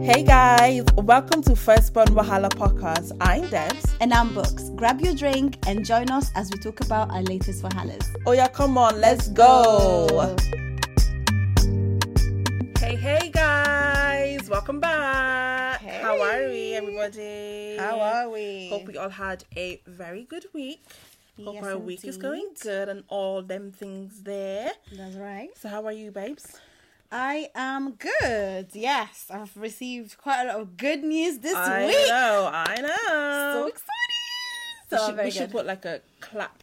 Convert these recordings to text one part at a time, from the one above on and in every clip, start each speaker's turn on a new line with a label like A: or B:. A: Hey guys, welcome to First Born Wahala podcast. I'm Debs.
B: And I'm Books. Grab your drink and join us as we talk about our latest Wahalas.
A: Oh yeah, come on, let's go. Hey, hey guys, welcome back. How are we, everybody?
C: How are we?
A: Hope we all had a very good week. Hope
B: Yes,
A: our week is going
B: indeed.
A: good and all them things there.
B: That's right.
A: So how are you, babes?
B: I am good. Yes, I've received quite a lot of good news this
A: I
B: week.
A: know, I
B: So
A: know.
B: excited.
A: we
B: So
A: should,
B: very
A: we should
B: good.
A: put like a clap.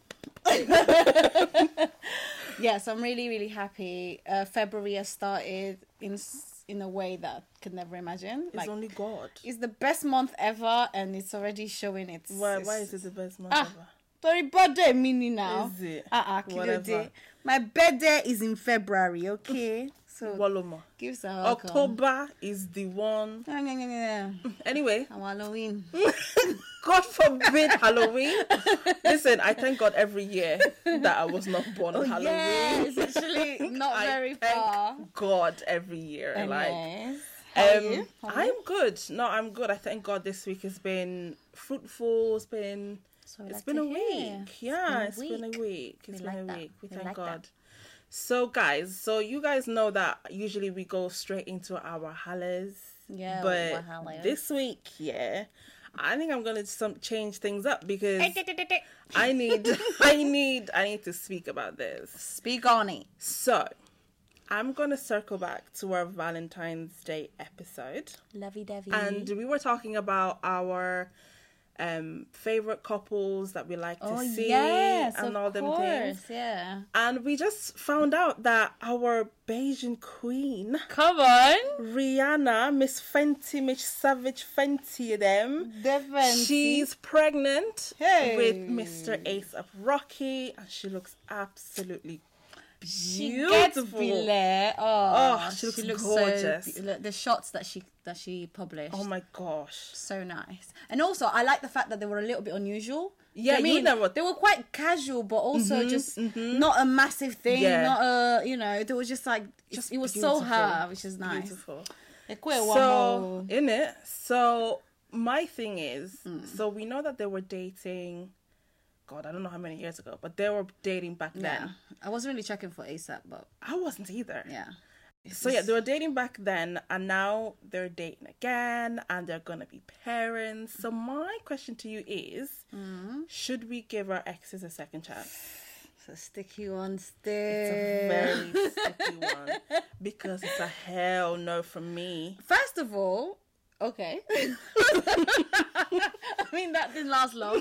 B: Yes, I'm really, really happy. Uh, February has started in s- in a way that I could never imagine.
A: It's only God.
B: it's the best month ever, and it's already showing its.
A: Why, why
B: its-
A: is it the best month
B: Ah,
A: ever?
B: sorry, birthday mini now.
A: Is it?
B: Uh-uh,
A: Whatever.
B: Whatever. My birthday is in February, okay? So
A: Waloma.
B: give us a welcome.
A: October is the one.
B: Yeah, yeah, yeah, yeah.
A: Anyway,
B: I'm Halloween.
A: God forbid Halloween. Listen, I thank God every year that I was not born on Halloween.
B: Yeah, it's actually not
A: I
B: very
A: thank
B: far.
A: God every year. Like,
B: Anyways, how are
A: um,
B: you? How are you?
A: I'm good. No, I'm good. I thank God this week has been fruitful. It's been,
B: So we
A: it's
B: like
A: been
B: to
A: a
B: hear.
A: week. Yeah,
B: It's
A: it's
B: been a
A: been a week. It's
B: We
A: been a
B: like that.
A: week. We
B: We
A: thank
B: like that.
A: God. So guys, so you guys know that usually we go straight into our hollers.
B: Yeah,
A: But
B: Wahala.
A: this week, yeah, I think I'm gonna some change things up because I need, I need, I need to speak about this.
B: Speak on it.
A: So, I'm gonna circle back to our Valentine's Day episode,
B: Lovey dovey.
A: and we were talking about our um favorite couples that we like to
B: oh
A: see
B: yes,
A: and
B: of
A: all them
B: course.
A: things.
B: Yeah.
A: And we just found out that our Bayesian queen,
B: Come on.
A: Rihanna, Miss Fenty, Miss Savage Fenty, them.
B: Definitely.
A: She's pregnant
B: Hey.
A: with Mr. Ace of Rocky, and she looks absolutely
B: She gets
A: beautiful.
B: fillet. Oh,
A: Oh, she looks
B: so
A: gorgeous.
B: be- look, the shots that she that she published.
A: oh my gosh.
B: so nice. And also, I like the fact that they were a little bit unusual. Do
A: Yeah,
B: you know
A: you
B: what I mean,
A: know what- Mm-hmm,
B: they were quite casual, but also just not a massive thing.
A: Yeah.
B: Not a you know, it was just like just it was so her, which is nice.
A: Beautiful.
B: A queer
A: So
B: one,
A: in it, so my thing is,
B: Hmm.
A: so we know that they were dating. God, I don't know how many years ago, but they were dating back then.
B: yeah. I wasn't really checking for ASAP, but
A: I wasn't either.
B: yeah.
A: So yeah, they were dating back then, and now they're dating again, and they're gonna be parents. So my question to you is:
B: Hmm.
A: Should we give our exes a second chance?
B: It's a sticky one
A: It's a
B: still.
A: very sticky one because it's a hell no from me.
B: First of all, okay. I mean that didn't last long.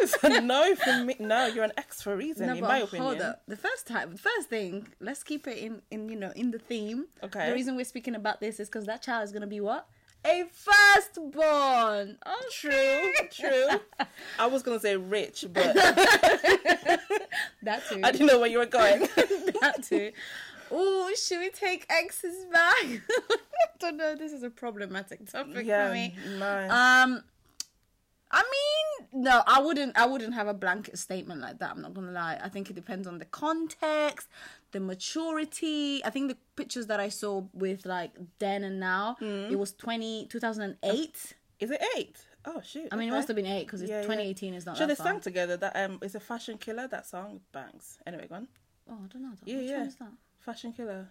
A: It's a no from me. No, you're an ex for a reason, in
B: but
A: my opinion.
B: Hold up. The first time, the first thing, let's keep it in, in you know, in the theme.
A: Okay.
B: The reason we're speaking about this is because that child is gonna be what? A firstborn. Oh,
A: True, true. I was gonna say rich, but
B: that too.
A: I didn't know where you were going.
B: that too. Oh, should we take exes back? I don't know. This is a problematic topic for
A: yeah,
B: me.
A: no.
B: Um, I mean, no, I wouldn't. I wouldn't have a blanket statement like that. I'm not gonna lie. I think it depends on the context, the maturity. I think the pictures that I saw with like then and now,
A: Mm.
B: it was 20, 2008.
A: is it eight? Oh shoot.
B: I mean, it
A: okay.
B: must have been eight because
A: Yeah, yeah.
B: 2018 is not
A: Sure, they
B: that far.
A: sang together. That um, it's a fashion killer. That song bangs. Anyway, go on.
B: Oh, I don't know. That.
A: Yeah,
B: Which
A: yeah.
B: one is that? Oh,
A: Fashion killer.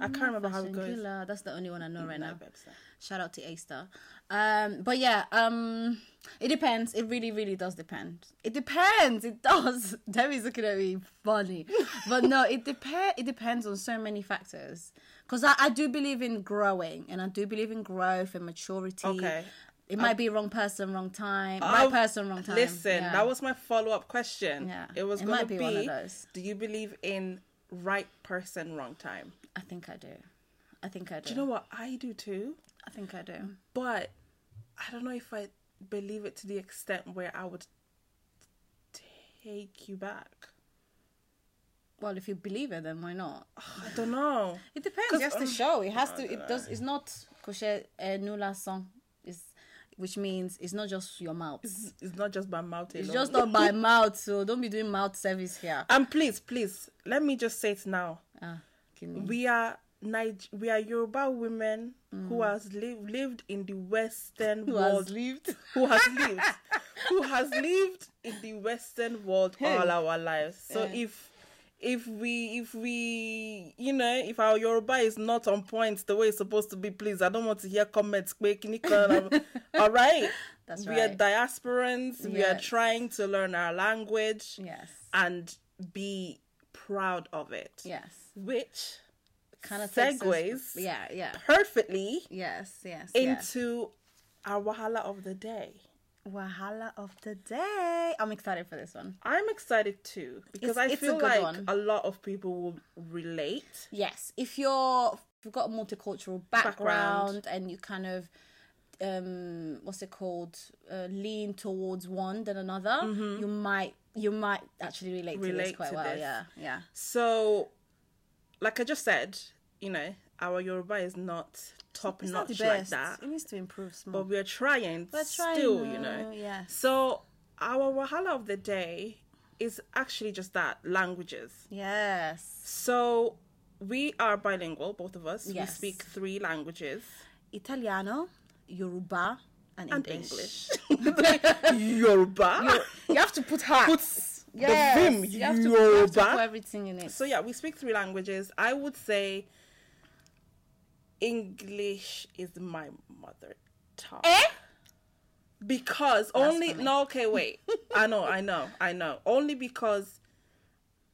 A: I can't remember how it goes.
B: Shankila, That's the only one I know right
A: No,
B: now.
A: babes, no.
B: Shout out to A Star. Um, but yeah, um, it depends. It really, really does depend. It depends. It does. Debbie's looking at me funny, but no, it depend. It depends on so many factors. Because I, I do believe in growing, and I do believe in growth and maturity.
A: Okay.
B: It might be wrong person, wrong time. Right
A: Oh,
B: person, wrong time.
A: Listen,
B: Yeah.
A: that was my follow up question.
B: Yeah.
A: It was
B: It
A: gonna
B: might
A: be,
B: be one of those.
A: Do you believe in right person, wrong time?
B: I think I do. I think I do.
A: Do you know what I do too?
B: I think I do.
A: But I don't know if I believe it to the extent where I would take you back.
B: Well, if you believe it, then why not?
A: I don't know.
B: It depends. Just the show. It has to. It does. It's not cocher nula song. Is which means it's not just your mouth. It's,
A: It's, it's not just by mouth alone.
B: just not by mouth. So don't be doing mouth service here.
A: And please, please, let me just say it now.
B: Ah, kidding.
A: We are Nige- we are Yoruba women who has live- lived in the Western
B: Mm. Who
A: world.
B: has lived?
A: who has lived? who has lived in the Western world all our lives? So
B: Yeah.
A: if if we if we you know if our Yoruba is not on point the way it's supposed to be, please I don't want to hear comments. quick, Nick, um, all right,
B: That's
A: we are
B: right.
A: diasporans. We are
B: Yes.
A: trying to learn our language
B: Yes.
A: and be proud of it.
B: Yes.
A: Which
B: Kind of
A: Segues.
B: Yeah, yeah.
A: perfectly
B: Yes, yes. yes.
A: into our wahala of the day.
B: Wahala of the day. I'm excited for this one.
A: I'm excited too because
B: It's-
A: I
B: it's a
A: feel
B: good
A: like
B: one.
A: a lot of people will relate.
B: Yes, if you're if you've got a multicultural background,
A: Background.
B: and you kind of um what's it called uh, lean towards one than another, you might you might actually relate, to this
A: Mm-hmm. Relate
B: quite
A: to
B: well.
A: this.
B: Yeah, yeah.
A: So, like I just said, you know, our Yoruba is not top
B: It's not the
A: notch like
B: best.
A: that,
B: It needs to improve. Small.
A: but we're trying
B: We're trying
A: still, you
B: now,
A: know.
B: yes.
A: So, our wahala of the day is actually just that languages.
B: Yes,
A: So, we are bilingual, both of us.
B: Yes.
A: We speak three languages.
B: Italiano, Yoruba, and,
A: and
B: English.
A: English. Yoruba.
B: You have to put heart.
A: the vim,
B: you have, to, you have to
A: Yoruba.
B: put everything in it.
A: so yeah, we speak three languages. I would say English is my mother tongue.
B: Eh?
A: Because only
B: Blasphemy.
A: no, okay, wait. I know, I know, I know. Only because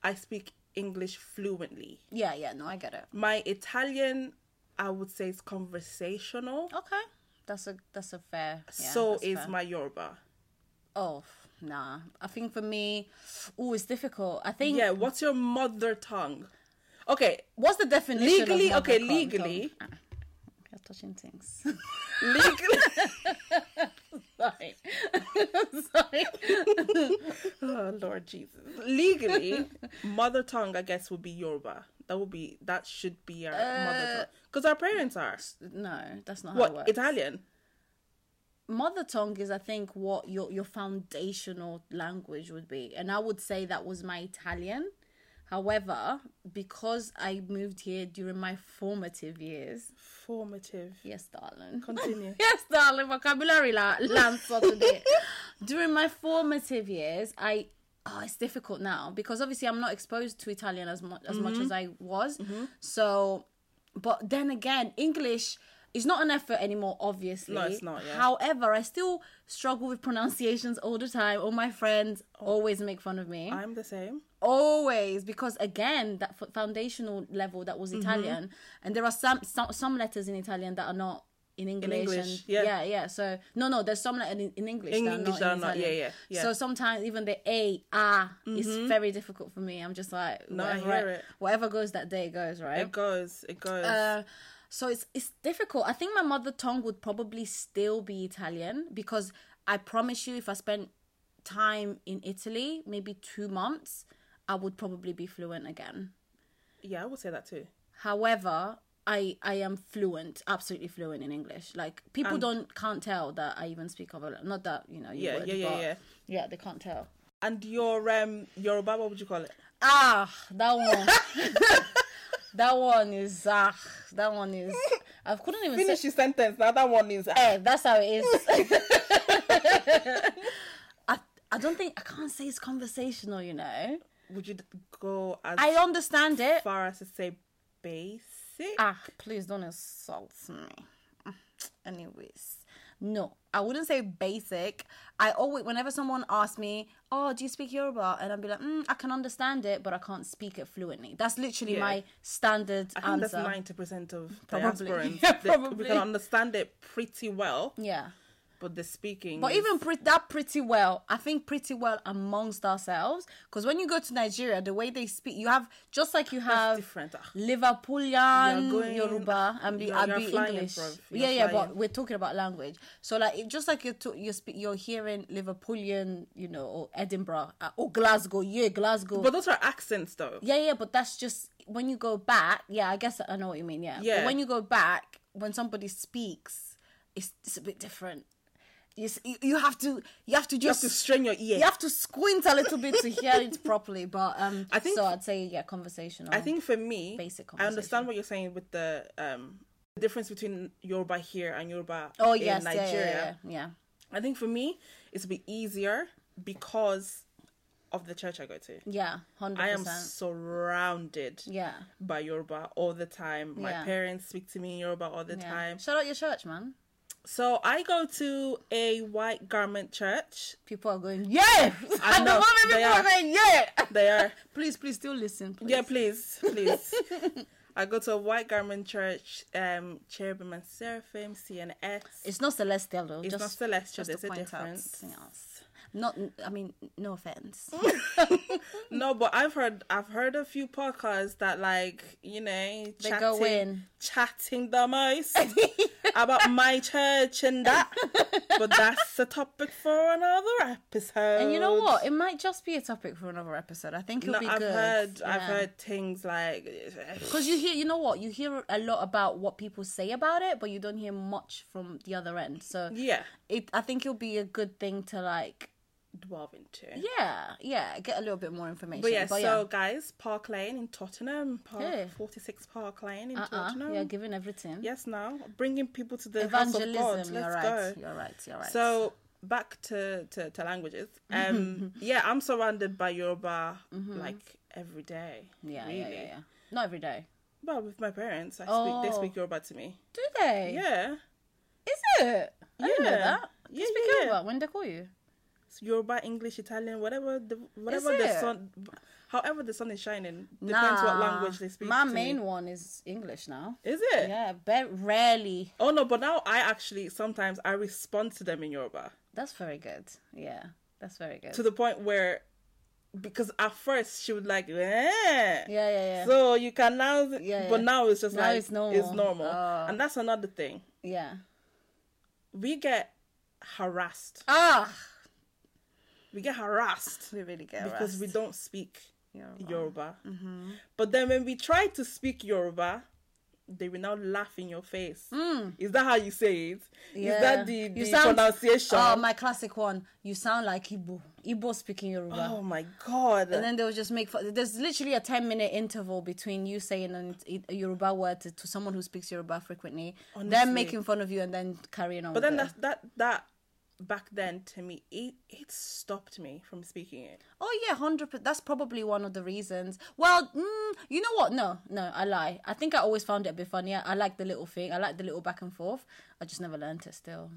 A: I speak English fluently.
B: Yeah, yeah. No, I get it.
A: My Italian, I would say, is conversational.
B: Okay, that's a that's a fair. Oh, yeah,
A: so
B: that's
A: is
B: fair.
A: my Yoruba.
B: Oh f- nah, I think for me, oh, it's difficult. I think
A: Yeah, what's your mother tongue? Okay,
B: what's the definition? of
A: Legally,
B: mother
A: okay,
B: tongue?
A: legally.
B: Don't- ah, You're touching things.
A: legally.
B: Sorry, sorry.
A: Oh Lord Jesus. Legally, mother tongue, I guess, would be Yoruba. That would be that should be our mother tongue because our parents are
B: No, that's not Uh, how it
A: what
B: works.
A: Italian.
B: mother tongue is i think what your your foundational language would be and i would say that was my italian however because i moved here during my formative years
A: Formative.
B: yes darling
A: Continue.
B: yes darling vocabulary la- lamp for today during my formative years i oh it's difficult now because obviously i'm not exposed to italian as much as much as
A: Mm-hmm.
B: i was so but then again english is not an effort anymore obviously
A: No, it's not, yeah.
B: however i still struggle with pronunciations all the time all my friends
A: Oh.
B: always make fun of me
A: I'm the same.
B: always because again that f- foundational level that
A: Mm-hmm.
B: was italian and there are some, some some letters in italian that are not in english,
A: English,
B: and
A: yeah.
B: yeah so no no there's some letters in, in english
A: In
B: that
A: English
B: are
A: that
B: not
A: are not-
B: in Italian.
A: yeah, yeah, yeah.
B: so sometimes even the a ah is very difficult for me i'm just like
A: I
B: whatever,
A: hear it.
B: whatever goes that day goes right
A: It goes. It goes.
B: uh, so it's it's difficult. I think my mother tongue would probably still be Italian because I promise you, if I spent time in Italy, maybe two months, I would probably be fluent again.
A: yeah, I would say that too.
B: However, I I am fluent, absolutely fluent in English. Like people don't can't tell that I even speak other. Not that you know. You
A: Yeah,
B: would,
A: yeah, yeah,
B: but-
A: yeah.
B: Yeah, they can't tell.
A: And your um Yoruba, what would you call it?
B: Ah, that one. that one is ah. That one is. I couldn't even say-
A: Finish your sentence. Now that one is.
B: Eh, that's how it is. I, I don't think I can't say it's conversational, you know.
A: Would you go as
B: I understand it.
A: far as to say basic?
B: Ah, please don't insult me. Anyways, no, I wouldn't say basic. I always, whenever someone asks me, "Oh, do you speak Yoruba?" and I'd be like, mm, "I can understand it, but I can't speak it fluently." That's literally
A: Yeah.
B: my standard
A: I think that's
B: answer.
A: ninety percent of
B: Probably.
A: diasporans.
B: Yeah,
A: They-
B: probably.
A: We can understand it pretty well,
B: Yeah.
A: but the speaking.
B: But
A: is-
B: even pre- that pretty well, I think pretty well amongst ourselves. Because when you go to Nigeria, the way they speak, you have just like you have
A: different. Ah.
B: Liverpoolian,
A: You're going-
B: Yoruba, and be,
A: you're-
B: and
A: you're
B: be
A: flying,
B: English.
A: bruv.
B: Yeah,
A: You're
B: yeah, but
A: flying.
B: we're talking about language. So like, it, just like you're to, you're spe- you're hearing Liverpoolian, you know, or Edinburgh, uh, or Glasgow, yeah, Glasgow.
A: But those are accents, though.
B: Yeah, yeah, but that's just when you go back. Yeah, I guess I know what you mean. Yeah, But
A: Yeah.
B: when you go back, when somebody speaks, it's, it's a bit different. You, s- you- you have to you have to
A: You have
B: just
A: to strain your ear.
B: you have to squint a little bit to hear it properly. But um, I
A: I
B: think
A: think-
B: so. I'd say yeah, conversational.
A: I think for me,
B: Basic
A: I understand what you're saying with the um the difference between Yoruba here and Yoruba
B: Oh
A: in
B: yes, yeah,
A: Nigeria.
B: yeah, yeah, yeah.
A: I think for me, it's a bit easier because of the church I go to.
B: Yeah, hundred
A: I am
B: percent.
A: surrounded
B: Yeah,
A: by Yoruba all the time. My
B: Yeah.
A: parents speak to me in Yoruba all the
B: yeah.
A: time.
B: Shout out your church, man.
A: So I go to a white garment church.
B: People are going yeah.
A: I
B: At the
A: know,
B: moment,
A: they
B: people are.
A: are.
B: going yeah.
A: They are
B: please, please, still listen. Please.
A: yeah, please, please. I go to a white garment church, um, cherubim and seraphim, CNS.
B: It's not celestial though.
A: It's
B: just,
A: not celestial.
B: just to
A: There's a
B: point out,
A: difference.
B: yes. Not. I mean, no offense.
A: No, but I've heard I've heard a few podcasts that like you know
B: They go in.
A: chatting the most about my church and that, but that's a topic for another episode.
B: And you know what? It might just be a topic for another episode. I think it'll
A: No,
B: be
A: I've
B: good.
A: heard I've
B: Yeah.
A: heard things like
B: Because you hear, you know what, you hear a lot about what people say about it, but you don't hear much from the other end. So
A: yeah,
B: it, I think it'll be a good thing to like,
A: dwell into.
B: yeah, yeah, get a little bit more information.
A: But yeah, so guys, Park Lane in Tottenham, Park,
B: Hey.
A: 46 Park Lane in
B: uh-uh,
A: Tottenham.
B: you're giving everything.
A: Yes, now bringing people to the house of
B: Evangelism.
A: God. Let's
B: you're right.
A: go.
B: You're right. You're right.
A: So back to, to, to languages. Um, yeah, I'm surrounded by Yoruba like every day.
B: Mm-hmm. yeah,
A: really.
B: yeah, yeah, yeah. Not every day.
A: But with my parents, I speak.
B: Oh.
A: They speak Yoruba to me.
B: Do they?
A: Yeah,
B: Is it? I didn't know
A: Yeah.
B: that.
A: Yeah,
B: Just
A: yeah,
B: because
A: yeah.
B: what? When they call you?
A: It's Yoruba, English, Italian, whatever the whatever the
B: it?
A: sun, however the sun is shining. Depends what language they speak.
B: My
A: to me.
B: main one is English now.
A: is it.
B: Yeah, very rarely.
A: Oh no, but now I actually sometimes I respond to them in Yoruba
B: That's very good. Yeah, that's very good.
A: to the point where because at first she would like eh.
B: yeah, yeah, yeah.
A: So you can now,
B: Yeah,
A: but
B: yeah.
A: now it's just
B: Now
A: like
B: it's normal.
A: normal.
B: Oh.
A: and that's another thing.
B: yeah.
A: We get harassed.
B: Ah,
A: We get harassed
B: we really get
A: because we
B: harassed.
A: don't speak
B: Yoruba. Mm-hmm.
A: Yoruba. But then when we try to speak Yoruba, they will now laugh in your face. Is that how you say it? Is that the, the
B: Mm. You sound-
A: pronunciation?
B: Oh, my classic one. You sound like Igbo. Igbo speaking Yoruba.
A: oh my god!
B: And then they'll just make fun. There's literally a 10 minute interval between you saying an, a Yoruba word to, to someone who speaks Yoruba frequently,
A: Honestly.
B: them making fun of you, and then carrying on.
A: but then
B: with it.
A: that's that that back then to me it it stopped me from speaking it.
B: Oh yeah, hundred percent. That's probably one of the reasons. Well, mm, you know what? No, no, I lie. I think I always found it a bit funnier. I like the little thing. I like the little back and forth. I just never learnt it. Still,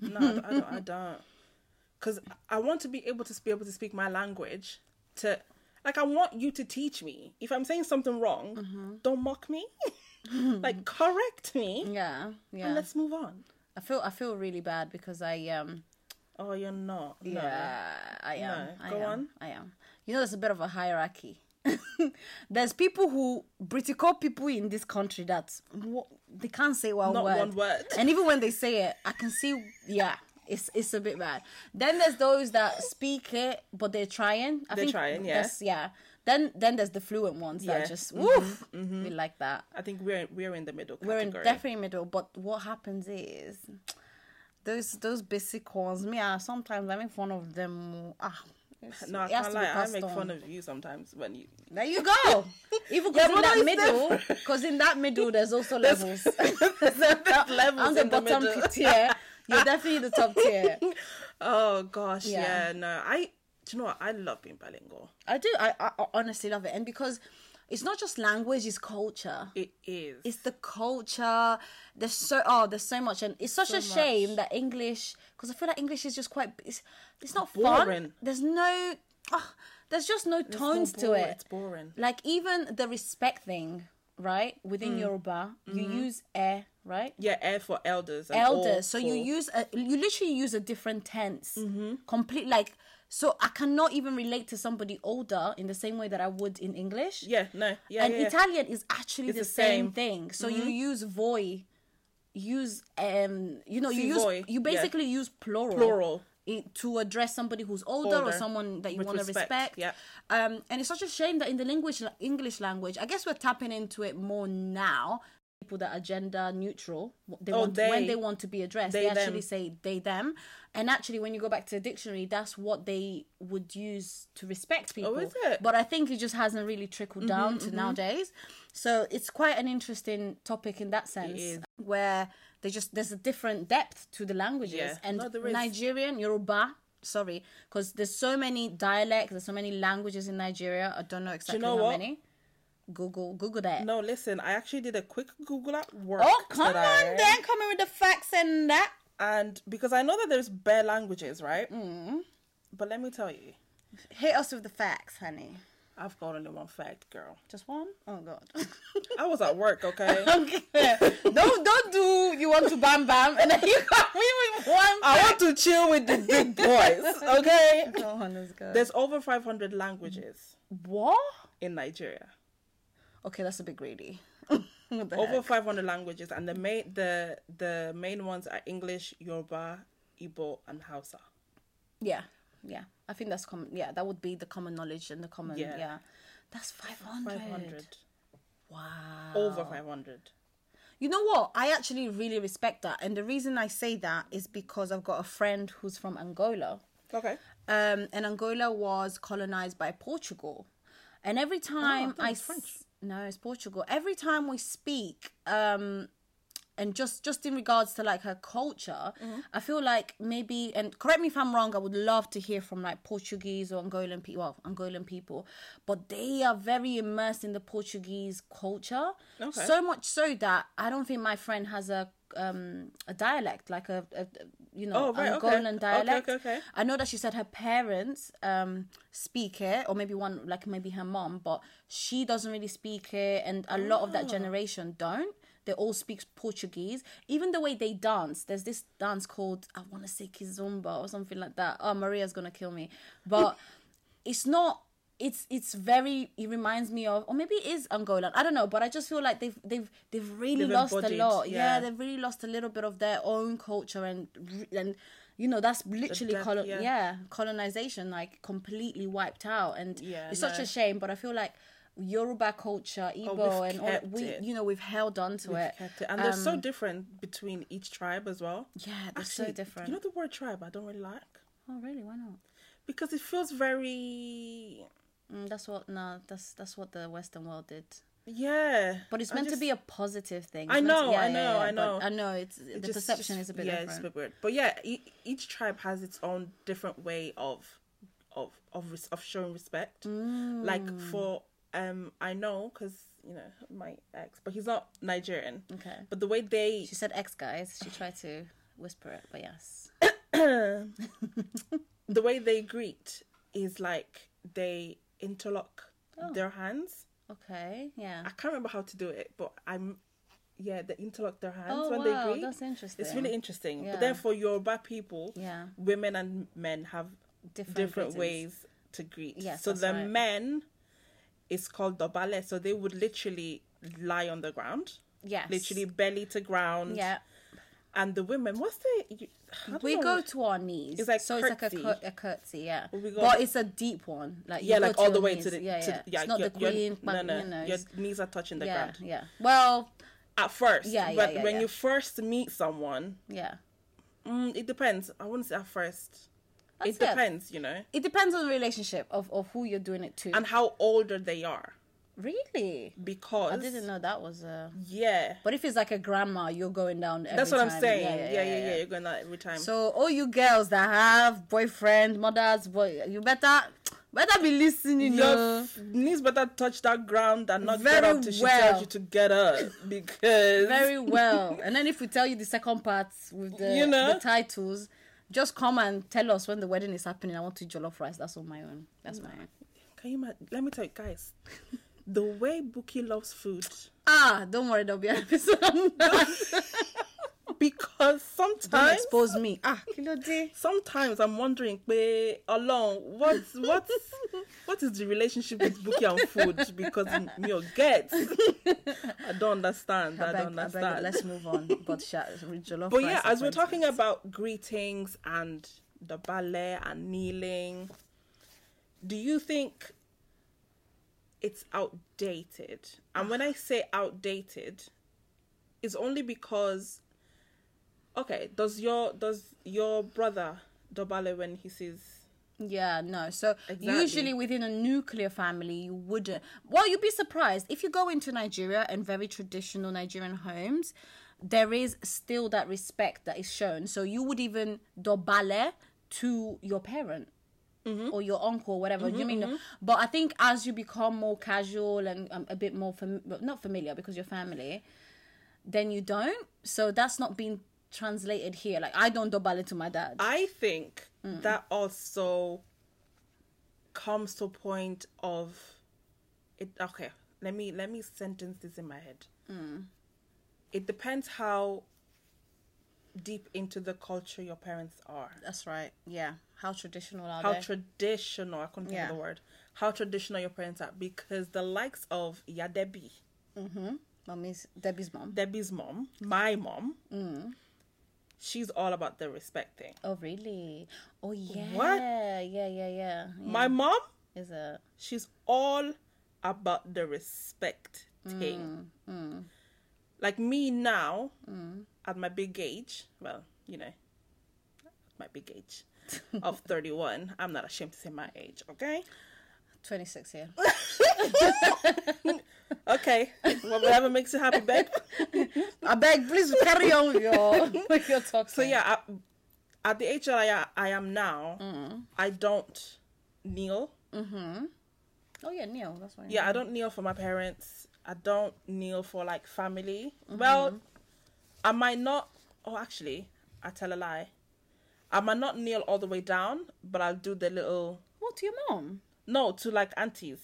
A: No, I don't- I don't. I don't. Because I want to be able to be able to speak my language. To like, I want you to teach me. If I'm saying something wrong,
B: Mm-hmm.
A: don't mock me. like, correct me,
B: yeah, yeah.
A: and let's move on.
B: I feel I feel really bad because I um
A: Oh, you're not. No.
B: yeah I am.
A: No,
B: I
A: go
B: am.
A: on.
B: I am. You know, there's a bit of a hierarchy. there's people who Britico people in this country that wha- they can't say one
A: Not
B: word.
A: one word.
B: and even when they say it, I can see, yeah, it's it's a bit bad. Then there's those that speak it, but they're trying. I
A: They're
B: think
A: trying, yeah.
B: that's- yeah. Then then there's the fluent ones
A: Yeah. Mm-hmm.
B: that just woof, we like that.
A: I think we're we're in the middle
B: We're
A: category.
B: in definitely middle, but what happens is those those basic ones. Me, I sometimes I make fun of them. Ah, it's-
A: no, I
B: it has
A: can't
B: to be
A: lie. I
B: passed
A: make fun
B: on.
A: of you sometimes when you.
B: There you go. Even
A: Yeah,
B: because in
A: but
B: that
A: it's
B: middle, because in that middle, there's also levels.
A: levels
B: On the
A: in the
B: bottom
A: middle.
B: tier, you're definitely the top tier.
A: Oh gosh,
B: Yeah.
A: yeah. No, I. Do you know what? I love being bilingual.
B: I do. I, I I honestly love it, and because it's not just language; it's culture.
A: It is.
B: it's the culture. There's so oh, there's so much, and it's such a shame that English because I feel like English is just quite it's it's not fun.
A: Boring.
B: There's no ah, there's just no
A: so
B: tones to
A: boring.
B: it.
A: It's boring.
B: Like even the respect thing, right? Within
A: Mm.
B: Yoruba, you
A: Mm-hmm.
B: use air, right?
A: Yeah, air for elders. and all
B: Elder. So you
A: for- Mm-hmm.
B: use a you literally use a different tense. Complete like so I cannot even relate to somebody older in the same way that I would in English
A: Yeah, no, yeah,
B: and
A: yeah, yeah.
B: Italian is actually the,
A: the
B: same.
A: same. Mm-hmm.
B: thing. So you use voi, use um, you know, you
A: Si
B: use
A: voi,
B: you
A: yeah.
B: basically use plural,
A: Plural.
B: i- to address somebody who's older, or
A: Older.
B: someone that you
A: With
B: want to respect.
A: respect, yeah.
B: Um, and it's such a shame that in the language English language, I guess we're tapping into it more now people that are gender neutral what they
A: Oh,
B: want, when
A: they.
B: they want to be addressed they,
A: They,
B: actually
A: them.
B: say they them and actually when you go back to the dictionary that's what they would use to respect people
A: Oh, is it? Mm-hmm,
B: but i think it just hasn't really trickled down to nowadays so it's quite an interesting topic in that sense
A: is.
B: where they just there's a different depth to the languages
A: Yeah.
B: and
A: No, there is.
B: nigerian yoruba sorry because there's so many dialects there's so many languages in nigeria i don't know exactly
A: know
B: how
A: what?
B: many google google that
A: No, listen, I actually did a quick Google at work.
B: Oh, come
A: today.
B: on then, come in with the facts and that.
A: And because I know that there's bare languages, right? Mm. But let me tell you,
B: Hit us with the facts, honey.
A: I've got only one fact, girl.
B: Just one? Oh god.
A: I was at work, okay?
B: okay. Don't don't do you want to bam bam and then you come in with one
A: I want to chill with the big boys, okay?
B: Go on, let's go.
A: There's over 500 languages
B: what?
A: in Nigeria.
B: Okay, that's a bit greedy. What the heck?
A: Over 500 languages, and the main the the main ones are English, Yoruba, Igbo, and Hausa.
B: Yeah. Yeah. I think that's common yeah, that would be the common knowledge and the common yeah.
A: Yeah.
B: That's 500.
A: 500.
B: Wow.
A: Over 500.
B: You know what? I actually really respect that. And the reason I say that is because I've got a friend who's from Angola.
A: Okay.
B: um, and Angola was colonized by Portugal. And every time I, s- no, it's Portugal. Every time we speak, um, and just just in regards to like her culture, I feel like maybe and correct me if I'm wrong. I would love to hear from like Portuguese or Angolan people, well, Angolan people, but they are very immersed in the Portuguese culture.
A: Okay.
B: So much so that I don't think my friend has a um a dialect like a, a you know
A: Oh, right, okay.
B: Angolan
A: Okay,
B: dialect.
A: okay, okay.
B: I know that she said her parents um speak it, or maybe one like maybe her mom, but she doesn't really speak it, and a lot of that
A: Ah.
B: generation don't. They all speak Portuguese. Even the way they dance, there's this dance called I want to say kizomba or something like that. Oh, Maria's gonna kill me, but it's not. It's it's very. It reminds me of, or maybe it is Angolan. I don't know, but I just feel like they've they've they've really
A: They've
B: lost a
A: embodied,
B: lot. Yeah,
A: yeah.
B: they've really lost a little bit of their own culture and re- and you know that's literally
A: depth,
B: colon yeah.
A: yeah.
B: colonization like completely wiped out and
A: Yeah,
B: it's such
A: no. Oh,
B: a shame but i feel like yoruba culture igbo
A: we've
B: and all
A: kept
B: we
A: it.
B: you know we've held on to it
A: Kept it. And they're so different between each tribe as well.
B: yeah um, they're so different
A: You know the word tribe I don't really like?
B: oh really why not
A: Because it feels very.
B: mm, that's what no that's that's what the western world did
A: Yeah.
B: but it's
A: I
B: meant to
A: just-
B: be a positive thing
A: I
B: It's meant
A: know, I know, I
B: but
A: know.
B: i know it's the
A: just-
B: perception is a bit
A: yeah,
B: different
A: it's a bit weird. But yeah, e- each tribe has its own different way of of of res- of showing respect.
B: Mm.
A: Like for um, I know because you know my ex, but he's not Nigerian.
B: Okay.
A: But the way they
B: she said ex guys she tried to whisper it but yes
A: the way they greet is like they interlock
B: Oh.
A: their hands.
B: okay yeah
A: I can't remember how to do it, but I'm yeah, they interlock their hands
B: oh
A: when
B: wow
A: they greet.
B: that's interesting
A: It's really interesting.
B: Yeah.
A: But then for Yoruba people,
B: Yeah.
A: women and men have
B: Different
A: different,
B: greetings.
A: ways to greet.
B: Yes,
A: so
B: that's
A: the
B: right.
A: men is called dobale. So they would literally lie on the ground.
B: Yes.
A: Literally belly to ground.
B: yeah
A: And the women, what's the you, I don't
B: we
A: know
B: go
A: what-
B: to our knees.
A: It's like
B: so it's like a,
A: curtsy.
B: cur- a curtsy, yeah.
A: We go-
B: but it's a deep one, like you
A: yeah,
B: go
A: like
B: to
A: all
B: your
A: the way
B: knees.
A: to the
B: yeah,
A: to
B: yeah.
A: the, yeah,
B: it's not
A: your-
B: the
A: your-
B: queen, but
A: no, no,
B: you know,
A: your
B: it's-
A: knees are touching the
B: yeah,
A: ground
B: yeah. Well,
A: at first.
B: Yeah, yeah,
A: but
B: yeah,
A: when
B: yeah.
A: you first meet someone,
B: yeah.
A: mm, it depends. I wouldn't say at first.
B: That's
A: it depends, you know,
B: It depends on the relationship of, of who you're doing it to.
A: and how older they are
B: really,
A: because
B: I didn't know that was a.
A: yeah.
B: But if it's like a grandma, you're going down. Every
A: That's what I'm
B: time.
A: saying. Yeah yeah yeah, You're going out every time.
B: So all you girls that have boyfriend, mothers, boy, you better better be listening.
A: your
B: No.
A: f- knees better touch that ground and not get
B: Very
A: up till she
B: well.
A: tells you to get up because
B: very well. and then if we tell you the second part with the,
A: You know?
B: the titles, just come and tell us when the wedding is happening. I want to eat jollof rice. That's on my own. That's my own.
A: can you ma- let me tell you guys the way Buki loves food
B: Ah, don't worry, there'll be an episode on that.
A: because
B: don't
A: sometimes
B: expose me. Ah, Kilode.
A: sometimes I'm wondering pé alone what's what's what is the relationship with Buki and food because m- me or get I don't understand I,
B: I beg-
A: don't
B: I beg you,
A: understand
B: Let's move on. But sha- jollof
A: But
B: rice
A: yeah,
B: is
A: as we're
B: fine.
A: talking about greetings and the ballet and kneeling, do you think it's outdated? And when I say outdated, is only because okay, does your does your brother Dobale when he sees
B: Yeah, no. So
A: Exactly.
B: usually within a nuclear family, you wouldn't. Well, you'd be surprised if you go into Nigeria and very traditional Nigerian homes. There is still that respect that is shown. So you would even dobale to your parent. Or your uncle, or whatever you mean. But I think as you become more casual and um, a bit more fam- well, not familiar because your family, then you don't. So that's not being translated here. Like I don't dobale to my dad.
A: I think that also comes to a point of it okay, let me let me sentence this in my head. It depends how deep into the culture your parents are.
B: That's right. Yeah. How traditional are
A: how
B: they?
A: traditional I couldn't think
B: Yeah.
A: of the word. How traditional your parents are because the likes of yeah Debbie,
B: Mommy's Debbie's mom.
A: Debbie's mom, my mom, she's all about the respect thing.
B: Oh really? Oh yeah.
A: What?
B: Yeah, yeah, yeah.
A: My mom,
B: yeah. Is a
A: she's all about the respect thing. Like me now, at my big age, well, you know, my big age of 31, I'm not ashamed to say my age, okay?
B: twenty six here.
A: Okay, whatever makes you happy, babe.
B: I beg, please carry on with your with your talk.
A: So yeah, I, at the age that I, I am now, I don't kneel.
B: Oh yeah, Neil. That's why.
A: Yeah, I don't kneel for my parents. I don't kneel for like family. Well, I might not. Oh, actually, I tell a lie. I might not kneel all the way down, but I'll do the little
B: What to your mom?
A: no to like aunties.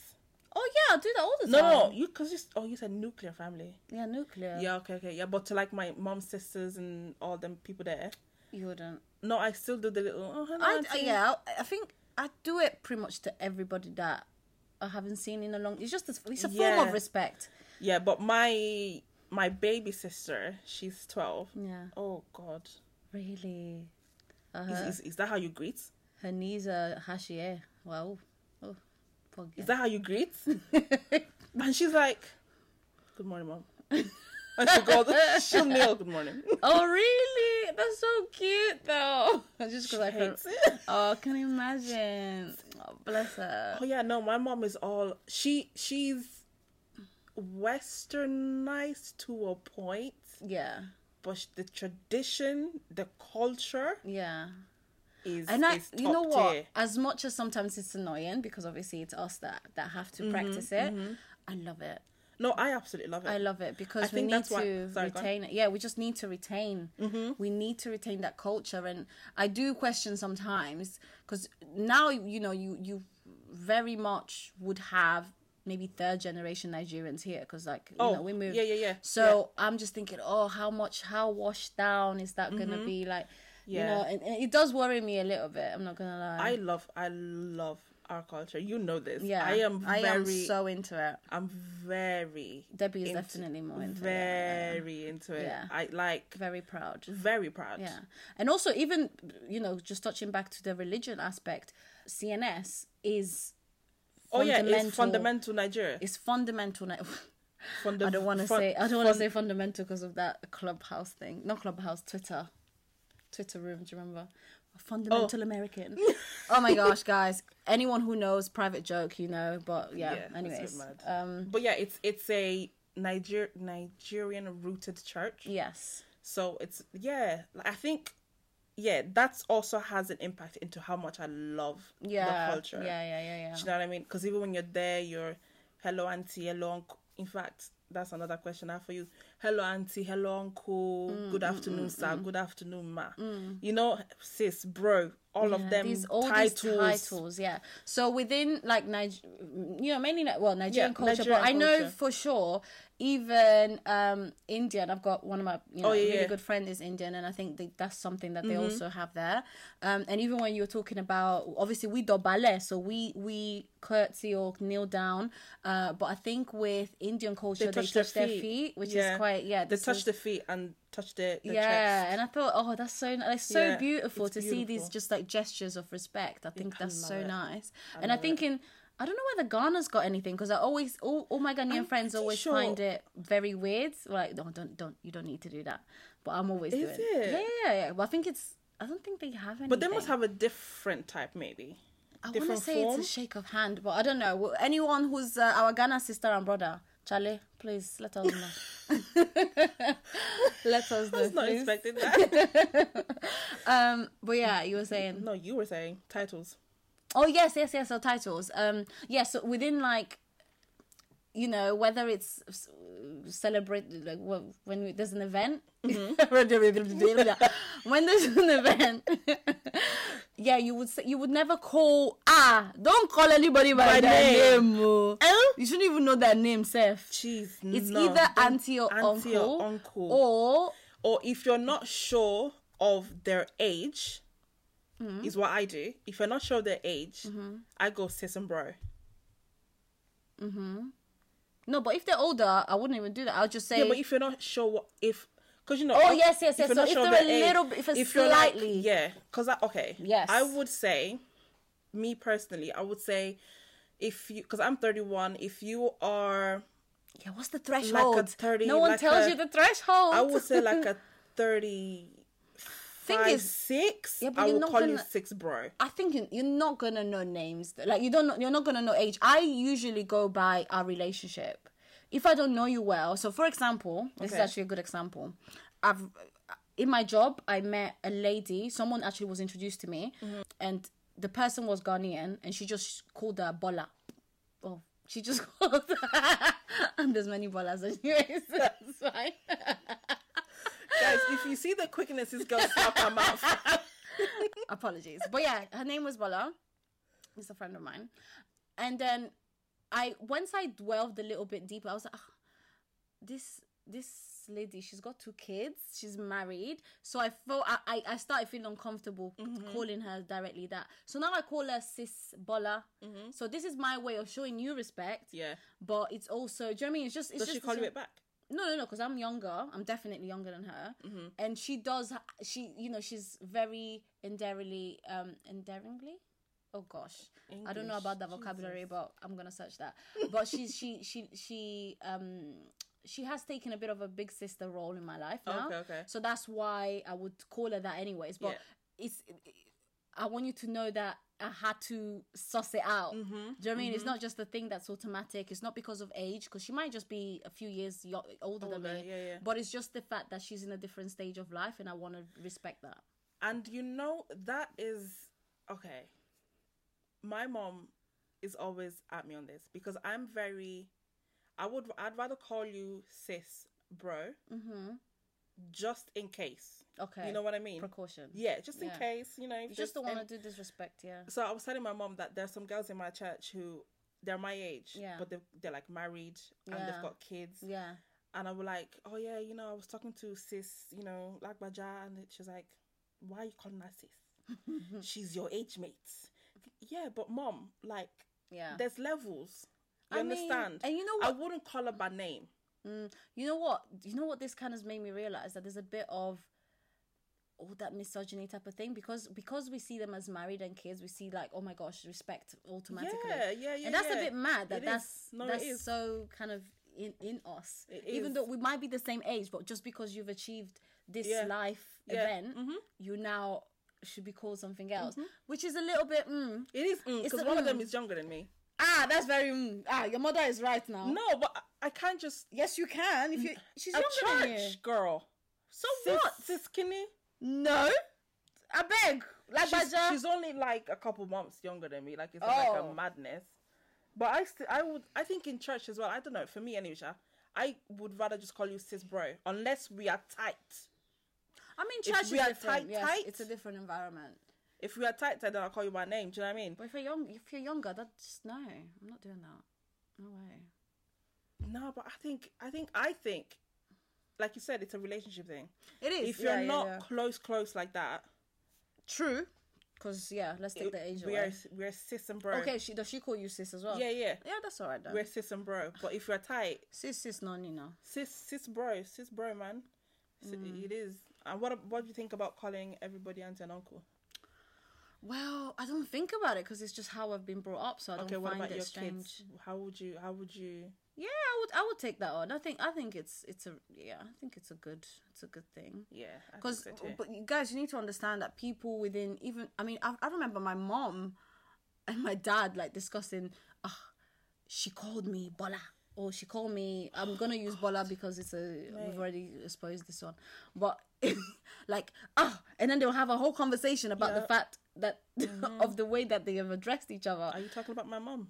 B: Oh yeah, I do that all the
A: No,
B: time.
A: no, you because you s- oh you said nuclear family.
B: Yeah, nuclear.
A: Yeah, okay, okay, yeah, but to like my mom's sisters and all them people there.
B: You wouldn't.
A: No, I still do the little. Oh, hello,
B: I, I
A: auntie.
B: yeah. I- I think I do it pretty much to everybody that I haven't seen in a long. It's just a, it's a form
A: Yeah.
B: of respect.
A: Yeah, but my my baby sister, she's twelve.
B: Yeah.
A: Oh God,
B: Really.
A: is, is is that how you greet?
B: Her knees are hashier. Wow. Oh,
A: Is
B: forget.
A: that how you greet? and she's like, "Good morning, mom." And she goes, she'll kneel. Good morning.
B: oh, really? That's so cute, though. Just because I can.
A: Hates it.
B: Oh, I can imagine. Oh, bless her.
A: Oh yeah, no, my mom is all she she's westernized to a point,
B: Yeah,
A: but sh- the tradition, the culture
B: yeah.
A: is
B: And I,
A: is
B: you know
A: top
B: what?
A: tier.
B: As much as sometimes it's annoying because obviously it's us that that have
A: Mm-hmm,
B: to practice it. I love it.
A: No, I absolutely love it.
B: I love it because we
A: think
B: need
A: that's why-
B: to
A: sorry, go on. Mm-hmm.
B: retain it. Yeah, we just need to retain. We need to retain that culture, and I do question sometimes because now you know you you very much would have maybe third generation Nigerians here because like you
A: Oh,
B: know we moved.
A: yeah, yeah, yeah,
B: So I'm just thinking, oh, how much, how washed down is that gonna be? Like,
A: Mm-hmm.
B: you
A: Yeah.
B: know, and, and it does worry me a little bit. I'm not gonna lie.
A: I love I love our culture. You know this.
B: yeah,
A: I am
B: I
A: very
B: am so into it.
A: I'm very
B: Debbie is
A: into-
B: definitely more into it.
A: very into it.
B: Yeah.
A: I like
B: Very proud.
A: very proud.
B: Yeah. And also, even, you know, just touching back to the religion aspect, CNS is.
A: Oh yeah, it's fundamental Nigeria.
B: It's fundamental. Ni-
A: Funda-
B: I don't want to
A: fun-
B: say. I don't want to say fundamental because of that clubhouse thing. Not clubhouse, Twitter, Twitter room. Do you remember? Fundamental American. oh my gosh, guys! Anyone who knows, private joke, you know. But yeah.
A: Yeah, that's a bit
B: anyways,
A: mad.
B: um,
A: But yeah, it's it's a Niger Nigerian rooted church.
B: yes,
A: So it's yeah, like, I think yeah, that's also has an impact into how much I love
B: yeah,
A: the culture.
B: yeah, yeah, yeah,
A: Do you
B: yeah.
A: know what I mean? Because even when you're there, you're hello auntie, hello uncle. In fact, that's another question I have for you. Hello auntie, hello uncle.
B: Mm,
A: good afternoon, sir. Good afternoon, ma. You know, sis, bro, all of them
B: These all
A: titles.
B: these titles, yeah. So within like Niger, you know, mainly Ni- well Nigerian
A: Yeah,
B: culture,
A: Nigerian
B: but I know
A: culture.
B: for sure even um Indian. I've got one of my you know
A: Oh, yeah,
B: really
A: yeah. Mm-hmm.
B: good friend is Indian, and I think that that's something that they also have there. Um, and even when you're talking about obviously we do ballet, so we we curtsy or kneel down. Uh, but I think with Indian culture they touch, their, feet. which is quite yeah.
A: They
B: this
A: touch
B: is-
A: the feet and touch the, the
B: yeah,
A: chest.
B: and I thought, oh, that's so ni- it's so
A: Yeah,
B: beautiful
A: it's
B: to see these
A: beautiful.
B: just like gestures of respect. I think that's
A: love
B: so
A: it.
B: nice, and I think in I don't know whether Ghana's got anything because I always all, all my Ghanaian
A: I'm
B: friends
A: pretty
B: always
A: sure-
B: find it very weird. Like, no, don't don't you don't need to do that. But I'm always doing
A: Is it?
B: Yeah, yeah, yeah. But I think it's I don't think they have anything.
A: But they must have a different type, maybe.
B: I want to
A: different
B: say
A: form.
B: it's a shake of hand, but I don't know. Well, anyone who's uh, our Ghana sister and brother, Charlie, please let us know. let us know.
A: I was not
B: please.
A: expecting that.
B: um, but yeah, you were saying.
A: no, you were saying titles.
B: Oh yes, yes, yes. So titles. Um, yes. so within like, you know, whether it's s- celebrate like wh- when we- there's an event,
A: Mm-hmm.
B: when there's an event, yeah, you would say, you would never call ah. Don't call anybody by,
A: By
B: their name.
A: name.
B: oh.
A: Eh?
B: You shouldn't even know their name, self.
A: Jeez,
B: It's
A: no,
B: either
A: don't-
B: auntie or
A: auntie
B: uncle,
A: or uncle.
B: or
A: or if you're not sure of their age,
B: Mm-hmm.
A: is what I do. If you're not sure of their age, I go sis and bro.
B: no. But if they're older, I wouldn't even do that. I'll just say
A: Yeah, but if you're not sure what if because you know
B: Oh, yes, yes,
A: you're
B: yes. So
A: not
B: if
A: sure of
B: they're a
A: their
B: little bit- if it's
A: you're like-
B: slightly-
A: yeah because okay
B: Yes.
A: I would say me personally I would say if you because I'm 31 if you are
B: Yeah, what's the threshold?
A: 30,
B: no one
A: like
B: tells
A: a-
B: you the threshold.
A: I would say like a 35
B: thing is,
A: six
B: Yeah, but
A: I
B: you're
A: will
B: not
A: call you
B: gonna-
A: six bro
B: I think you- you're not gonna know names. Like you don't. Know, you're not gonna know age. I usually go by our relationship. If I don't know you well, so for example, this is
A: Okay.
B: actually a good example. I've in my job, I met a lady. Someone actually was introduced to me, and the person was Ghanaian, and she just called her Bola. Oh, she just called. and there's many Bolas, anyways. That's fine.
A: guys if you see the quickness this girl slap her mouth
B: apologies but yeah her name was bola it's a friend of mine and then i once i dwelled a little bit deeper i was like "Ah, this this lady she's got two kids she's married so i felt i i, I started feeling uncomfortable
A: Mm-hmm.
B: calling her directly that so now i call her sis bola so this is my way of showing you respect
A: Mm-hmm. yeah
B: but it's also do you know what i mean it's just it's
A: does
B: just
A: she call
B: this-
A: you it back
B: no no no because i'm younger i'm definitely younger than her and she does she you know she's very endearingly um endearingly oh gosh i don't know
A: English,
B: about that vocabulary but i'm gonna search that but she's she she she um she has taken a bit of a big sister role in my life now
A: Okay, okay.
B: so that's why i would call her that anyways but it's i want you to know that I had to suss it out.
A: Mm-hmm,
B: Do you know what I mean? It's not just a thing that's automatic. It's not because of age, because she might just be a few years yo- older, than
A: Older,
B: me.
A: yeah, yeah.
B: But it's just the fact that she's in a different stage of life, and I want to respect that.
A: And you know, that is okay. My mom is always at me on this because I'm very I would I'd rather call you sis, bro,
B: Mm-hmm.
A: just in case.
B: Okay.
A: You know what I mean?
B: Precaution.
A: Yeah, just in
B: Yeah.
A: case, you know. if
B: You
A: there's
B: just don't want
A: any-
B: to do disrespect, yeah.
A: So I was telling my mom that there's some girls in my church who they're my age,
B: Yeah.
A: but they they're like married and
B: Yeah.
A: they've got kids.
B: Yeah.
A: And I was like, oh yeah, you know, I was talking to sis, you know, like Baja, and she was like, why are you calling her sis? She's your age mate. Yeah, but mom, like,
B: Yeah.
A: there's levels. You
B: I mean,
A: understand?
B: and you know
A: I
B: what-
A: wouldn't call her by name.
B: Mm, you know what? You know what? This kind of made me realize that there's a bit of all that misogyny type of thing because because we see them as married and kids, we see like, oh my gosh, respect automatically.
A: Yeah, yeah, yeah.
B: and that's
A: yeah.
B: a bit mad
A: It
B: that
A: is.
B: that's
A: No, it
B: that's
A: is.
B: so kind of in in us
A: It
B: even
A: is.
B: though we might be the same age but just because you've achieved this
A: Yeah.
B: life
A: Yeah. Mm-hmm.
B: event you now should be called something else which is a little bit mm,
A: It is because
B: a-
A: one of them
B: mm.
A: is younger than me.
B: ah that's very mm, ah your mother is right now
A: No, but I- I can't just
B: yes you can if you she's
A: a
B: younger than you
A: church girl.
B: so
A: Sis,
B: what
A: sis skinny.
B: no i beg like
A: She's,
B: Baja-
A: she's only like a couple months younger than me. Like it's not like
B: Oh.
A: a madness. But I still, I would, I think in church as well. I don't know. For me, anyway, Sha, I would rather just call you sis, bro, unless we are tight.
B: i mean church is
A: we are
B: different
A: tight,
B: yes,
A: tight-
B: it's a different environment
A: If we are tight, then I'll call you by name. Do you know what I mean?
B: but if you're young if you're younger that's no i'm not doing that no way
A: No, but I think, I think, I think, like you said, it's a relationship thing.
B: it is
A: If you're
B: Yeah, yeah,
A: not
B: yeah.
A: close, close like that,
B: True. Because, yeah, let's take the age
A: we are
B: away.
A: we are sis and bro.
B: Okay, she, does she call you sis as well?
A: Yeah, yeah.
B: Yeah, that's all right, then.
A: We're sis and bro. But if you're tight,
B: Sis, sis, non, you know.
A: sis, sis, bro, sis, bro, man.
B: Mm.
A: S- It is. And what what do you think about calling everybody auntie and uncle?
B: Well, I don't think about it because it's just how I've been brought up, so I don't
A: Okay, what
B: find
A: about
B: it
A: your
B: strange.
A: kids? How would you? How would you?
B: Yeah, I would. I would take that on. I think. I think it's. It's a. Yeah, I think it's a good. It's a good thing.
A: Yeah, I think
B: Because,
A: so too.
B: but you guys, you need to understand that people within even. I mean, I, I remember my mom and my dad like discussing. Ah, she called me Bola, or she called me. I'm gonna
A: Oh,
B: use Bola because it's a. We've already exposed this one, but like ah, and then they'll have a whole conversation about the
A: Yeah. Mm-hmm.
B: fact that of the way that they have addressed each other.
A: Are you talking about my mum?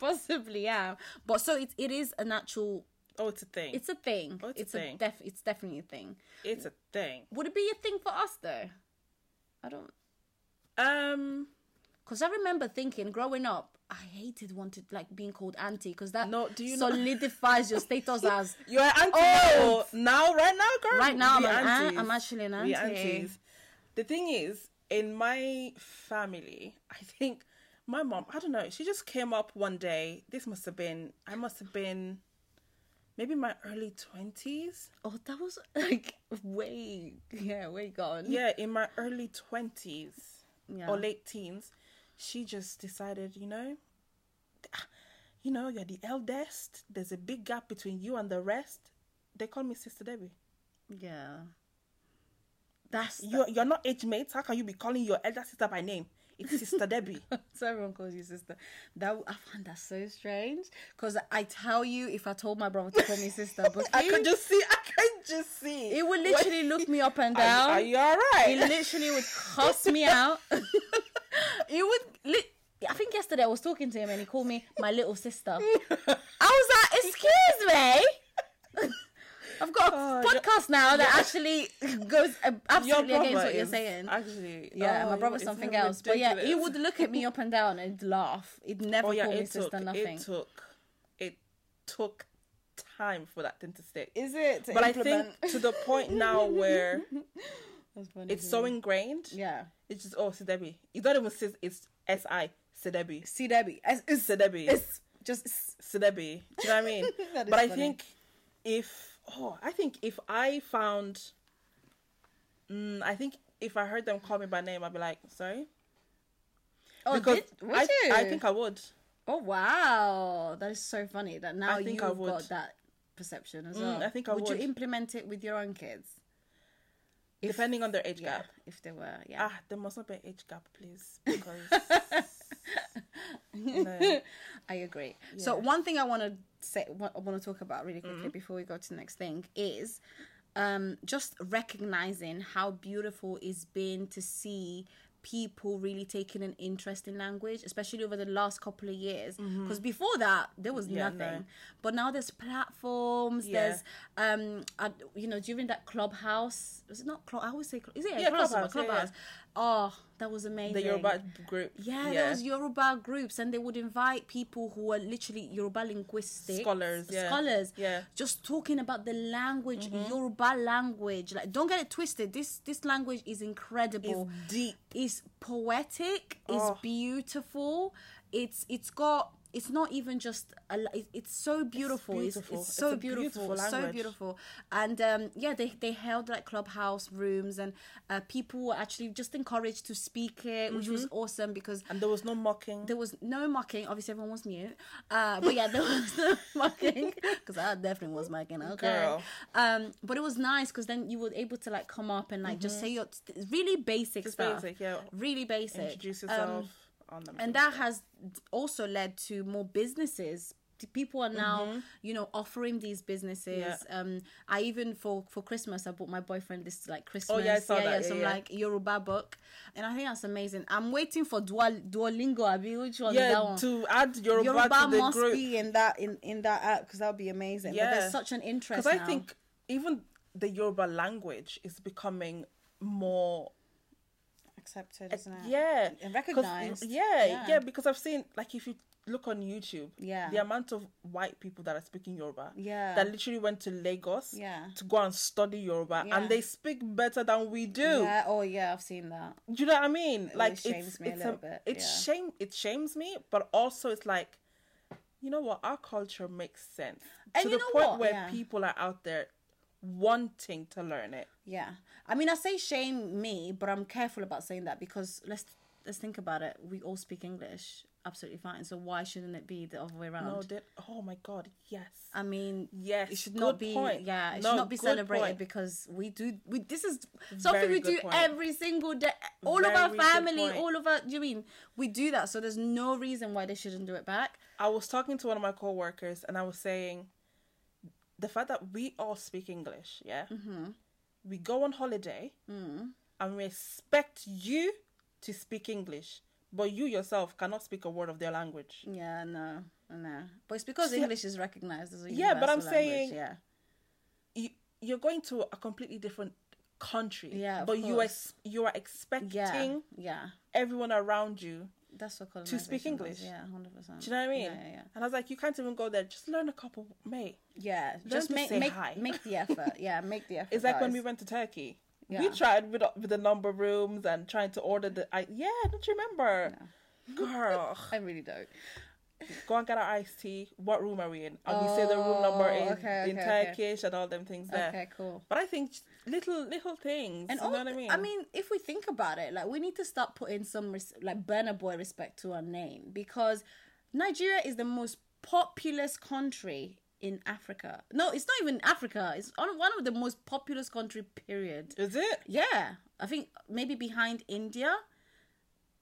B: possibly yeah but so it, it is a natural
A: Oh, it's a thing. It's,
B: it's a thing
A: Oh, it's a thing.
B: def it's definitely a thing
A: a thing.
B: would it be a thing for us though i don't
A: Um,
B: because i remember thinking growing up i hated wanted like being called auntie because that
A: No, do you know-
B: solidifies your status as
A: you're an auntie
B: Oh!
A: now, now, right now, girl.
B: Right now,
A: We
B: I'm an aunt.
A: aunties.
B: I'm actually an
A: We
B: auntie.
A: aunties. The thing is, in my family, I think my mom. I don't know. She just came up one day. This must have been. I must have been. Maybe my early twenties.
B: oh that was like way yeah way gone
A: yeah, in my early 20s
B: Yeah.
A: or late teens, she just decided, you know, you know, you're the eldest. There's a big gap between you and the rest. They call me Sister Debbie.
B: yeah that's
A: You're, you're not age mates. How can you be calling your elder sister by name? It's Sister Debbie.
B: so everyone calls you sister. That I find that so strange because I tell you, if I told my brother to call me sister, but
A: I could just see. I can just see.
B: he would literally look me up and
A: Are,
B: down.
A: are you all right?
B: He literally would cuss me out. he would. Li- I think yesterday I was talking to him and he called me my little sister. I was like, excuse me. I've got a
A: Oh, your-
B: podcast now that actually goes uh, absolutely against what you're
A: is
B: saying.
A: Actually,
B: Yeah,
A: oh,
B: my
A: you-
B: brother's
A: it's
B: something else. But yeah, he
A: ridiculous.
B: would look at me up and down and laugh. He'd never
A: Oh yeah,
B: call me
A: it
B: sister
A: took,
B: nothing.
A: it took it took time for that thing to stick.
B: Is it?
A: but I think to the point now where
B: That's funny
A: it's
B: to
A: so
B: me.
A: ingrained.
B: yeah.
A: It's just oh Sidebi. It's not even sis it's S I Sidebi.
B: See Debbie. It's, it's,
A: Sidebi.
B: it's just it's-
A: Sidebi. Do you know what I mean?
B: That is
A: but I
B: funny.
A: think if oh I think if I found mm, I think if I heard them call me by name I'd be like, sorry?
B: oh,
A: Because
B: did, would
A: I,
B: you?
A: I think I would.
B: oh wow, that is so funny. That now
A: I think
B: you've
A: I would. Mm,
B: got that perception as well.
A: I think I
B: you
A: would.
B: implement it with your own kids
A: Depending on their age gap.
B: if they were? Yeah.
A: Ah, there must not be an age gap, please. Because no.
B: I agree. So one thing I want to say, what I want to talk about really
A: Mm-hmm.
B: quickly before we go to the next thing is um, just recognizing how beautiful it's been to see people really taking an interest in language, especially over the last couple of years. Because before that, there was
A: Mm-hmm. Yeah,
B: nothing.
A: no.
B: But now there's platforms.
A: Yeah.
B: There's, um, uh, you know, during that clubhouse. Is it not club? I always say club. Is it
A: Yeah,
B: Clubhouse?
A: Clubhouse, yeah, yeah.
B: Clubhouse. Oh, that was amazing.
A: the Yoruba group.
B: Yeah, there was Yoruba groups, and they would invite people who are literally Yoruba linguistics
A: Scholars, yeah.
B: scholars,
A: Yeah. Mm-hmm.
B: just talking about the language, Yoruba language. Like, don't get it twisted. This this language is incredible.
A: It's deep.
B: It's poetic.
A: Oh.
B: It's beautiful. It's it's got. It's not even just a, li- it- it's so beautiful. It's, it's,
A: beautiful. It's
B: so
A: a
B: beautiful,
A: beautiful
B: so
A: language.
B: beautiful. And um, yeah, they, they held like clubhouse rooms, and uh, people were actually just encouraged to speak it, which was
A: Mm-hmm.
B: awesome because
A: and there was no mocking.
B: there was no mocking. Obviously, everyone was mute. Uh, but yeah, there was no mocking because I definitely was mocking. Okay.
A: Girl.
B: Um, but it was nice because then you were able to like come up and like just say your it's really basic stuff.
A: Mm-hmm. basic, yeah.
B: Really basic.
A: Introduce
B: Um,
A: yourself on the
B: and that has also led to more businesses T- people are now you know offering these businesses
A: Mm-hmm. Yeah.
B: um i even for for christmas i bought my boyfriend this like christmas
A: I saw that, Oh, yeah,
B: some
A: yeah.
B: like yoruba book and i think that's amazing i'm waiting for Dual, duolingo i mean which one is that
A: yeah,
B: one
A: to add Yoruba,
B: yoruba
A: to the
B: must
A: group.
B: be in that in in that app because that would be amazing but
A: Yeah.
B: there's such an interest
A: Because I
B: now.
A: think even the Yoruba language is becoming more
B: accepted isn't it
A: yeah 'Cause-
B: and recognized
A: yeah, yeah because i've seen like if you look on youtube
B: Yeah.
A: the amount of white people that are speaking yoruba
B: Yeah.
A: that literally went to lagos
B: Yeah.
A: to go and study yoruba
B: Yeah.
A: and they speak better than we do
B: yeah oh yeah i've seen that
A: Do you know what I mean? like
B: always shames
A: it's,
B: me a
A: it's
B: little bit,
A: It's
B: yeah.
A: shame. It shames me, but also it's like, you know what? Our culture makes sense
B: And
A: to
B: you
A: the
B: know
A: point
B: what?
A: where
B: Yeah.
A: people are out there wanting to learn it.
B: Yeah. I mean, I say shame me, but I'm careful about saying that because let's let's think about it. We all speak English absolutely fine. So why shouldn't it be the other way around?
A: No, did, oh my god, yes.
B: I mean,
A: Yes,
B: it should
A: good
B: not be.
A: point.
B: Yeah, it
A: No,
B: should not be
A: good
B: celebrated
A: point.
B: because we do. We this is something
A: Very
B: we
A: good
B: do
A: point.
B: every single day. All of
A: Very
B: our
A: good
B: family,
A: point.
B: all of our. Do you mean we do that? So there's no reason why they shouldn't do it back.
A: I was talking to one of my coworkers and I was saying the fact that we all speak English, yeah? Mm-hmm. We go on holiday
B: Mm.
A: and we expect you to speak English, but you yourself cannot speak a word of their language.
B: Yeah, no, no. But it's because English is recognized as a
A: Yeah, but I'm
B: universal language,
A: saying-
B: yeah.
A: you you're going to a completely different country.
B: Yeah, of
A: but you
B: course.
A: ex- you are expecting
B: Yeah, yeah.
A: everyone around you.
B: That's what
A: speak
B: colonization was,
A: English.
B: Yeah, hundred percent.
A: Do you know what I mean?
B: Yeah, yeah. yeah.
A: And I was like, you can't even go there. Just learn a couple, mate.
B: Yeah, just
A: to
B: make
A: say
B: make,
A: hi.
B: make the effort. Yeah, make the effort.
A: It's like when we
B: guys.
A: went to Turkey. We
B: Yeah.
A: tried with with the number rooms and trying to order the. I, yeah, don't you remember? Girl,
B: I really don't.
A: go and get our iced tea. What room are we in? And we say the room number
B: Oh,
A: in,
B: okay,
A: in
B: okay, okay.
A: Turkish and all them things there.
B: Okay, cool.
A: But I think just little little things.
B: And
A: you
B: all,
A: know what I mean?
B: I mean, if we think about it, like we need to start putting some res- like burner boy respect to our name because Nigeria is the most populous country in Africa. No, it's not even Africa. It's on one of the most populous country. Period.
A: is it?
B: Yeah, I think maybe behind India.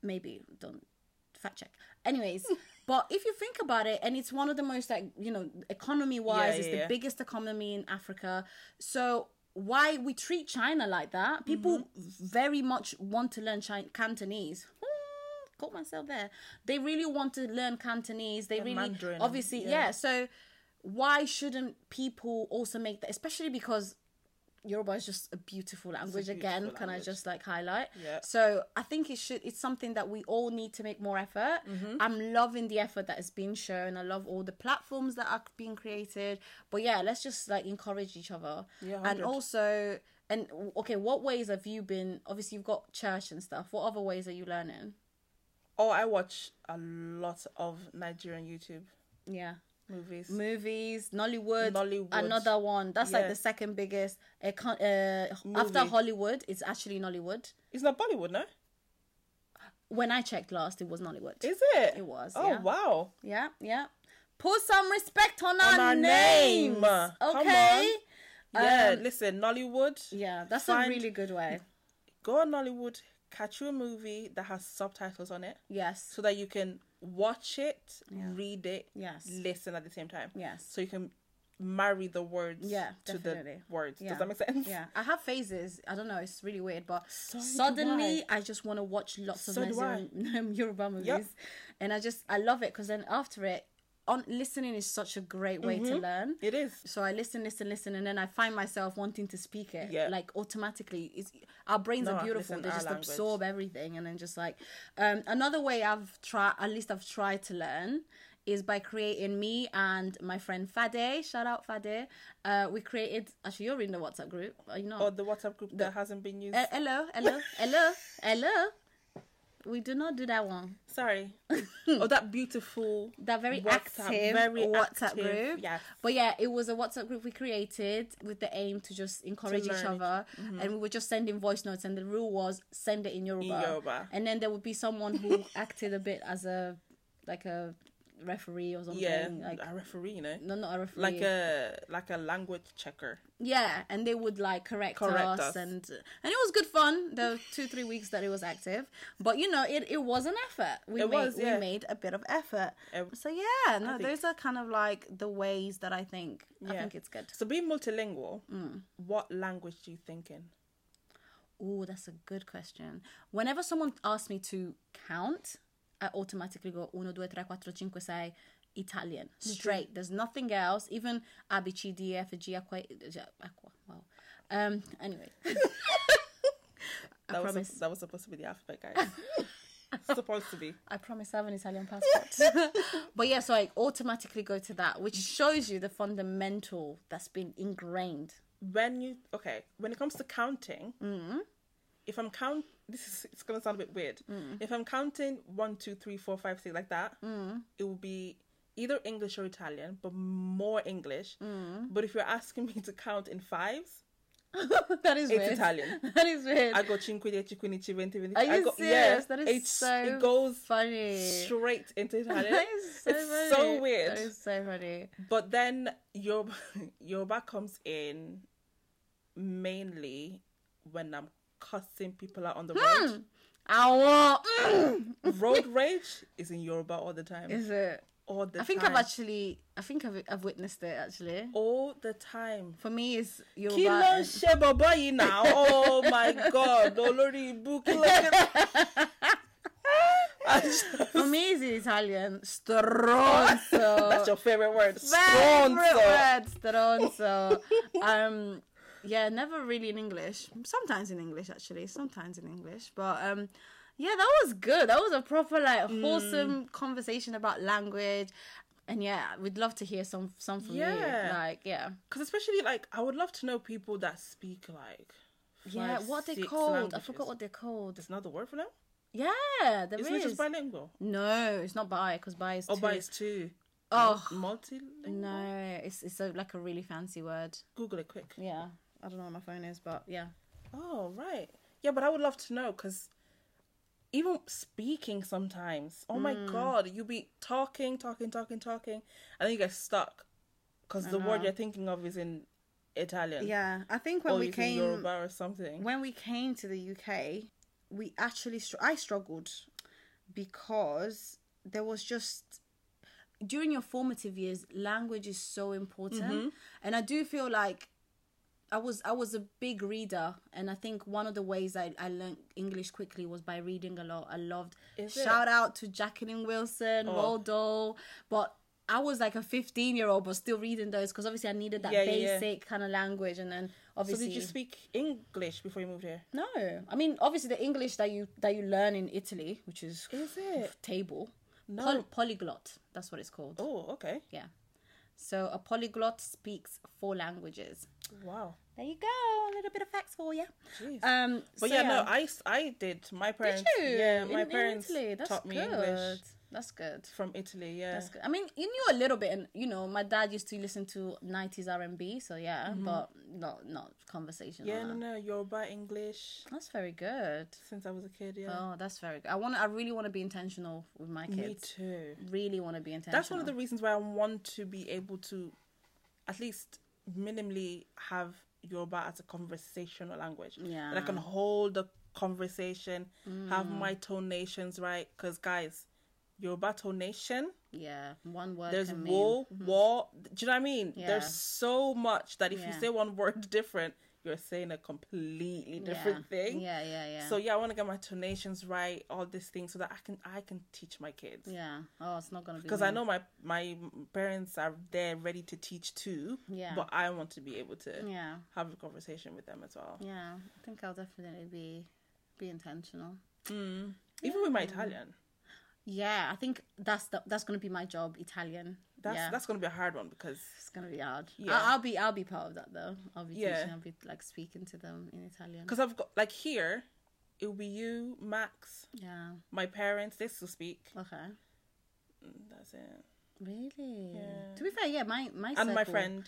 B: Maybe don't fact check. Anyways, but if you think about it, and it's one of the most like you know economy wise,
A: Yeah,
B: it's
A: yeah,
B: the
A: yeah.
B: biggest economy in Africa. So why we treat China like that? People
A: Mm-hmm.
B: very much want to learn Chin Cantonese. Hmm, Caught myself there. They really want to learn Cantonese. They really,
A: Mandarin,
B: obviously, yeah. So why shouldn't people also make that? Especially because Yoruba is just a beautiful language. Again,
A: beautiful
B: can I
A: language.
B: just like highlight?
A: Yeah.
B: So I think it should. It's something that we all need to make more effort.
A: Mm-hmm.
B: I'm loving the effort that has been shown. I love all the platforms that are being created. But yeah, let's just like encourage each other.
A: Yeah,
B: and
A: 100.
B: also, and okay, what ways have you been? Obviously, you've got church and stuff. What other ways are you learning?
A: Oh, I watch a lot of Nigerian YouTube
B: Yeah.
A: movies.
B: Movies, Nollywood,
A: Nollywood.
B: another one. That's like
A: Yeah.
B: the second biggest. Uh, con- uh, after
A: Movie.
B: Hollywood, it's actually Nollywood.
A: It's not Bollywood, no?
B: When I checked last, it was Nollywood.
A: Is it?
B: It was,
A: Oh
B: yeah.
A: wow.
B: Yeah, yeah. Put some respect on, our,
A: our
B: names.
A: name. Come
B: Okay.
A: Yeah,
B: Um,
A: listen, Nollywood.
B: Yeah, that's
A: Find-
B: a really good way.
A: Go on Nollywood, catch you a movie that has subtitles on it
B: Yes.
A: so that you can watch it, read it,
B: Yes.
A: listen at the same time.
B: Yes.
A: So you can marry the words
B: Yeah,
A: to
B: definitely.
A: the words.
B: Yeah.
A: Does that make sense?
B: Yeah, I have phases. I don't know. It's really weird, but
A: do
B: suddenly I just want to watch lots of
A: So do I.
B: Nigerian Yoruba movies,
A: Yep.
B: and I just I love it because then after it, on listening is such a great way
A: Mm-hmm.
B: to learn.
A: It is.
B: So I listen, listen, listen, and then I find myself wanting to speak it.
A: Yeah.
B: Like automatically, it's, our brains
A: No,
B: are beautiful.
A: listen,
B: They
A: our
B: just
A: language.
B: absorb everything, and then just like um, another way I've tried, at least I've tried to learn, is by creating me and my friend Fade. Shout out Fade. Uh, we created. Actually, you're in the WhatsApp group. Are you not?
A: Or the WhatsApp group that hasn't been used.
B: Uh, hello, hello, hello, hello. We do not do that one.
A: Sorry. oh, that beautiful.
B: That very
A: WhatsApp,
B: active
A: very
B: WhatsApp
A: active,
B: group.
A: yes.
B: But yeah, it was a WhatsApp group we created with the aim to just encourage each
A: learn Mm-hmm. each-
B: other. And we were just sending voice notes and the rule was send it in Yoruba.
A: Yoruba.
B: And then there would be someone who acted a bit as a like a referee or something.
A: Yeah,
B: Like
A: a referee, you know,
B: no not a referee.
A: like a like a language checker.
B: Yeah, and they would like correct,
A: Correct
B: us,
A: us.
B: and and it was good fun. The two three weeks that it was active, but you know it, it was an effort. We
A: It
B: made
A: was, yeah.
B: we made a bit of effort.
A: Ev-
B: so yeah, no,
A: think-
B: those are kind of like the ways that I think I
A: Yeah.
B: think it's good.
A: So being multilingual,
B: Mm.
A: what language do you think in?
B: Oh, that's a good question. Whenever someone asks me to count, I automatically go uno due tre quattro cinque sei Italian straight. There's nothing else. Even A B C D E F G acqua acqua. Wow. Um. Anyway.
A: That was
B: promise.
A: that was supposed to be the alphabet, guys. supposed to be.
B: I promise I have an Italian passport. but yeah, so I automatically go to that, which shows you the fundamental that's been ingrained.
A: When you okay, when it comes to counting,
B: Mm-hmm.
A: if I'm count, this is it's gonna sound a bit weird.
B: Mm.
A: If I'm counting one, two, three, four, five, six like that,
B: Mm.
A: it will be either English
B: Mm.
A: or Italian, but more English. But if you're asking me to count in fives,
B: that is
A: It's
B: weird.
A: Italian.
B: That is weird.
A: I go cinque dieci quindici venti venti.
B: Are
A: I
B: you
A: go,
B: serious?
A: Yeah,
B: That is
A: it's,
B: so
A: It goes
B: funny.
A: straight into Italian.
B: That is so
A: it's
B: funny.
A: so weird.
B: That is so funny.
A: But then Yoruba, Yoruba comes in mainly when I'm cussing people out on the road.
B: Hmm. Ow. mm.
A: road rage is in Yoruba all the time.
B: Is it?
A: all the
B: I think
A: time.
B: I've actually, I think I've, I've witnessed it actually.
A: all the time.
B: For me, it's Yoruba.
A: Kí ló ń ṣe bọ̀bọ́ yìí now? Oh my god, olórí ibu kí ló ń ṣe. I just-
B: For me, it's in Italian. Stronzo.
A: That's your favorite word.
B: favorite
A: Stronzo.
B: word, stronzo. um, yeah, never really in English. Sometimes in English, actually. Sometimes in English, but um, yeah, that was good. That was a proper like wholesome conversation about language, and yeah, we'd love to hear some some from
A: Yeah.
B: you. Like, yeah,
A: Because especially like, I would love to know people that speak like.
B: yeah.
A: five,
B: What are they
A: six
B: called? I
A: languages.
B: forgot what they're called.
A: There's another word for them.
B: Yeah, there is.
A: Isn't it just bilingual?
B: No, it's not bi because bi is.
A: Or
B: two.
A: by it's two.
B: Oh
A: Multilingual.
B: no, it's it's a, like a really fancy word.
A: Google it quick.
B: Yeah, I don't know what my phone is, but yeah.
A: Oh right, yeah, but I would love to know because even speaking sometimes, oh
B: Hmm.
A: my god, you be talking, talking, talking, talking, and then you get stuck because the word you're thinking of is in Italian,
B: Yeah, I think when
A: or
B: we
A: is in
B: came
A: Yoruba or something.
B: when we came to the UK, we actually str- I struggled because there was just during your formative years, language is so important,
A: Mm-hmm.
B: and I do feel like I was I was a big reader, and I think one of the ways I I learned English quickly was by reading a lot. I loved
A: Is it? Oh.
B: shout out to Jacqueline Wilson, Roald Dahl, but. I was like a 15 year old, but still reading those because obviously I needed that
A: Yeah, yeah, yeah.
B: basic kind of language. And then
A: So
B: obviously,
A: did you speak English before you moved here?
B: no, I mean obviously the English that you that you learn in Italy, which is,
A: Is it?
B: table,
A: No.
B: Poly- polyglot. That's what it's called.
A: Oh, okay.
B: Yeah. So a polyglot speaks four languages.
A: Wow.
B: There you go, a little bit of facts for you.
A: Jeez.
B: Um,
A: But
B: so
A: yeah, no, I s- I did. My parents,
B: Did you?
A: yeah,
B: In-
A: my
B: in
A: parents
B: Italy? That's
A: taught me
B: good.
A: English
B: That's good.
A: from Italy. Yeah.
B: That's good. I mean, you knew a little bit, and you know, my dad used to listen to '90s R&B, so yeah, but not not conversational.
A: Yeah, no, no, Yoruba English
B: That's very good.
A: since I was a kid. Yeah.
B: Oh, that's very good. I want. I really want to be intentional with my
A: Me
B: kids.
A: too.
B: really want to be intentional.
A: That's one of the reasons why I want to be able to at least minimally have Yoruba as a conversational language. And I can
B: Yeah. Mm.
A: hold a conversation, have my tonations right. Because, guys, Yoruba tonation,
B: yeah one word.
A: there's
B: can mean-
A: war, war. Do you know what I mean?
B: Yeah.
A: There's so much that if you
B: Yeah.
A: say one word different, you're saying a completely different
B: yeah.
A: thing.
B: Yeah, yeah, yeah.
A: So yeah, I want to get my tonations right, all these things, so that I can I can teach my kids
B: yeah. Oh, it's not gonna be
A: because
B: me.
A: I know my my parents are there ready to teach too.
B: Yeah.
A: But I want to be able to
B: Yeah,
A: have a conversation with them as well.
B: yeah. I think I'll definitely be be intentional.
A: Even with my
B: Mm-hmm.
A: Italian,
B: Yeah, I think that's the, that's gonna be my job. Italian.
A: that's
B: yeah.
A: that's gonna be a hard one because
B: it's gonna be hard.
A: Yeah.
B: I, I'll be I'll be part of that though. I'll be
A: Yeah.
B: teaching. I'll be like speaking to them in Italian.
A: because I've got like here, it will be you, Max,
B: Yeah.
A: my parents. They still speak.
B: Okay.
A: Mm, That's it.
B: Really? To be fair, yeah, my my
A: And my
B: circle-
A: friend.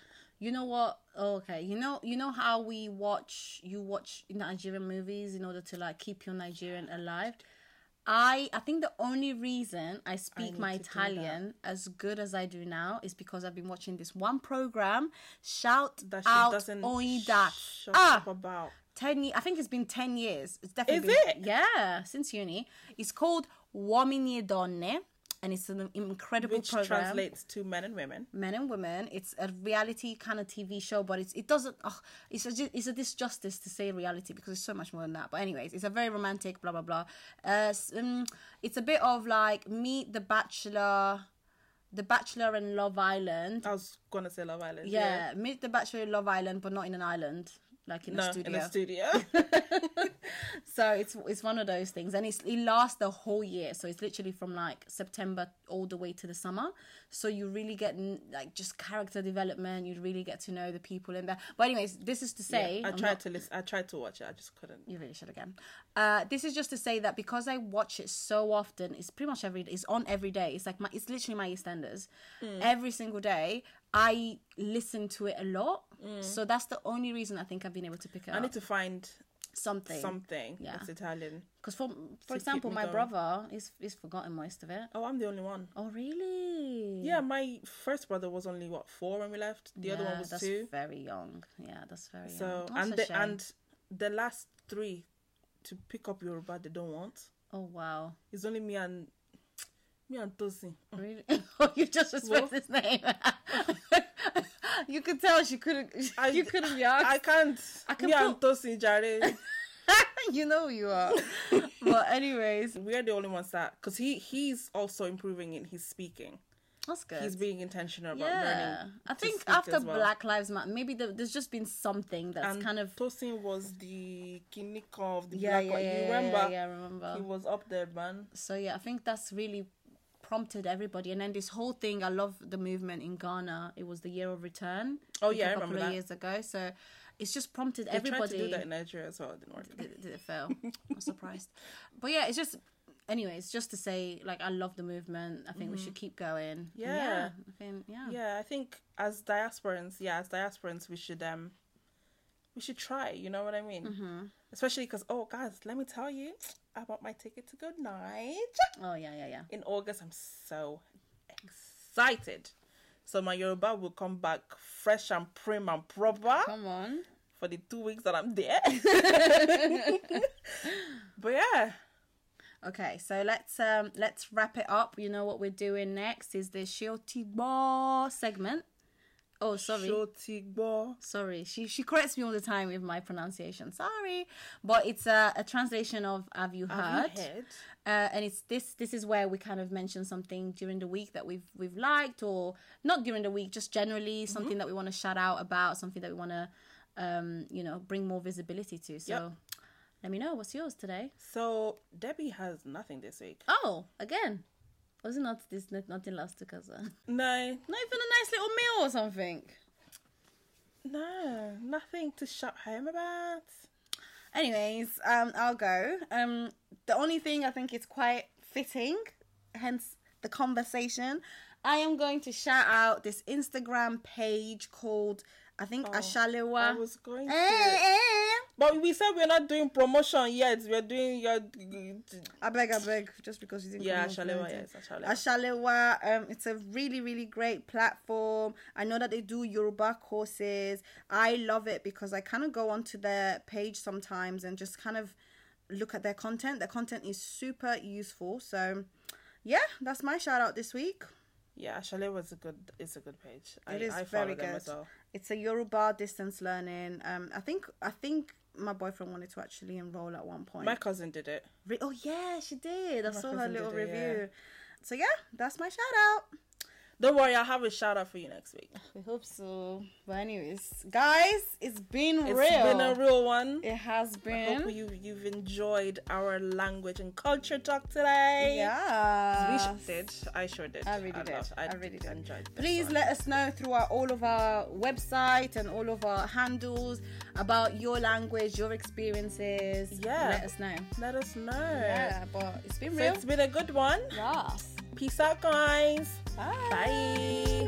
B: You know what? Oh, okay. You know you know how we watch you watch Nigerian movies in order to like keep your Nigerian alive. I I think the only reason I speak my
A: need to do that.
B: Italian as good as I do now is because I've been watching this one program. Shout
A: That she
B: out
A: doesn't
B: Oni Da.
A: shut
B: Ah,
A: up about.
B: ten. ye- I think it's been ten years. It's definitely
A: Is
B: been- yeah since uni. It's called Uomini e Donne, and it's an incredible
A: Which
B: program
A: translates to men and women.
B: men and women. It's a reality kind of TV show, but it's it doesn't. Oh, it's a ju- it's a disjustice to say reality because it's so much more than that. But anyways, it's a very romantic blah blah blah. Uh, s- um, it's a bit of like meet the Bachelor, the Bachelor and Love Island.
A: I was gonna say Love Island.
B: Oh, yeah, meet the Bachelor and Love Island, but not in an island, like in
A: No,
B: a studio.
A: uh, in a studio.
B: So it's it's one of those things, and it's it lasts the whole year. So it's literally from like September all the way to the summer. So you really get n- like just character development. You really get to know the people in there. But anyways, this is to say
A: I
B: I'm
A: tried to listen. I tried to watch it. I just couldn't.
B: you really should again. Uh, this is just to say that because I watch it so
A: Mm.
B: often, it's pretty much every it's on every day. It's like my it's literally my EastEnders. Every single day, I listen to it a lot.
A: Mm.
B: So that's the only reason I think I've been able to pick it
A: I
B: up.
A: need to find
B: something.
A: something
B: Ah, Yeah.
A: that's Italian.
B: Because for
A: keep
B: for example,
A: me
B: my
A: going.
B: brother is is forgotten most of it.
A: Oh, I'm the only one.
B: Oh really?
A: Yeah, my first brother was only what four when we left. The other one was
B: that's
A: two.
B: Very young. Yeah, that's very
A: So
B: young. That's
A: and
B: a
A: the,
B: shame.
A: and the last three to pick up Yoruba they don't want.
B: oh wow,
A: It's only me and me and Tosin.
B: really? oh, you just respect his name. you could tell she couldn't.
A: I-
B: you couldn't be asked.
A: I can't.
B: I can
A: me and
B: put-
A: Tosin Jare.
B: you know who you are. but anyways,
A: We're the only ones that because he he's also improving in his speaking.
B: that's good.
A: He's being intentional about
B: yeah,
A: learning.
B: I
A: to
B: think
A: speak
B: after
A: as well.
B: Black Lives Matter, maybe the, there's just been something that's
A: And
B: kind of
A: Tosin was the kinnik of the
B: yeah,
A: black.
B: yeah,
A: one.
B: yeah,
A: you
B: yeah,
A: remember?
B: yeah, I remember.
A: He was up there, man.
B: So yeah, I think that's really prompted everybody. And then this whole thing, I love the movement in Ghana. It was the year of return.
A: Oh,
B: like
A: yeah, I
B: a couple
A: remember
B: of
A: that.
B: years ago. So it's just prompted
A: They tried to
B: everybody.
A: do that in Nigeria as well. It didn't work.
B: Did, did it fail? I'm surprised. But yeah, it's just. Anyway, it's just to say, like, I love the movement. I think we should keep going.
A: Mm-hmm.
B: And
A: Yeah.
B: yeah. I think yeah.
A: yeah i think as diasporans yeah as diasporans we should um we should try you know what i mean mm-hmm. especially because oh guys let me tell you i bought my ticket to go niger
B: Oh yeah, yeah, yeah.
A: in august i'm so excited so my yoruba will come back fresh and prim and proper
B: Come on.
A: for the two weeks that i'm there but yeah
B: Okay, so let's um let's wrap it up. You know what we're doing next is the Shilti Bar segment. Oh, sorry.
A: Shotigbo.
B: sorry she she corrects me all the time with my pronunciation sorry but it's a, a translation of have you
A: Have
B: heard,
A: you heard?
B: Uh, and it's this this is where we kind of mention something during the week that we've we've liked or not during the week just generally something that we want to shout out about something that we want to um you know bring more visibility to so
A: Yep.
B: let me know what's yours today
A: so debbie has nothing this week
B: oh again was it not this not, nothing last week as well? not
A: no
B: even a nice little meal or something
A: No, nothing to shout home about.
B: Anyways, um, I'll go. Um, the only thing I think is quite fitting, hence the conversation. I am going to shout out this Instagram page called I think Ashalewa.
A: Oh, I was going
B: Eh,
A: to,
B: eh.
A: but we said we're not doing promotion yet. We're doing your
B: I beg, I beg, just because you didn't.
A: yeah,
B: come up
A: Shalewa.
B: with
A: Yes,
B: it.
A: Shalewa.
B: Ashalewa, um, it's a really, really great platform. I know that they do Yoruba courses. I love it because I kind of go onto their page sometimes and just kind of look at their content. Their content is super useful. So, yeah, that's my shout out this week.
A: yeah, Shalewa is a good. It's a good page. I,
B: It is
A: I follow
B: very
A: them
B: good.
A: as well.
B: It's a Yoruba distance learning. Um, I think I think my boyfriend wanted to actually enroll at one point.
A: My cousin did it.
B: Re- oh yeah, she did. I saw her
A: cousin
B: little
A: did it,
B: review.
A: yeah.
B: So yeah, that's my shout out.
A: Don't worry, I'll have a shout out for you next week.
B: We hope so. But anyways, guys, it's been
A: It's
B: real.
A: been a real one.
B: it has
A: Hope
B: been.
A: you you've enjoyed our language and culture talk today. we
B: Yeah.
A: sure did. I sure did.
B: I really did.
A: loved-
B: I really did.
A: Enjoyed this
B: Please
A: one.
B: let us know through our, all of our website and all of our handles about your language, your experiences.
A: Yeah.
B: Let us know.
A: let us know.
B: Yeah, but it's been
A: So
B: real.
A: it's been a good one.
B: Yes.
A: Peace out, guys.
B: Bye.
A: Bye.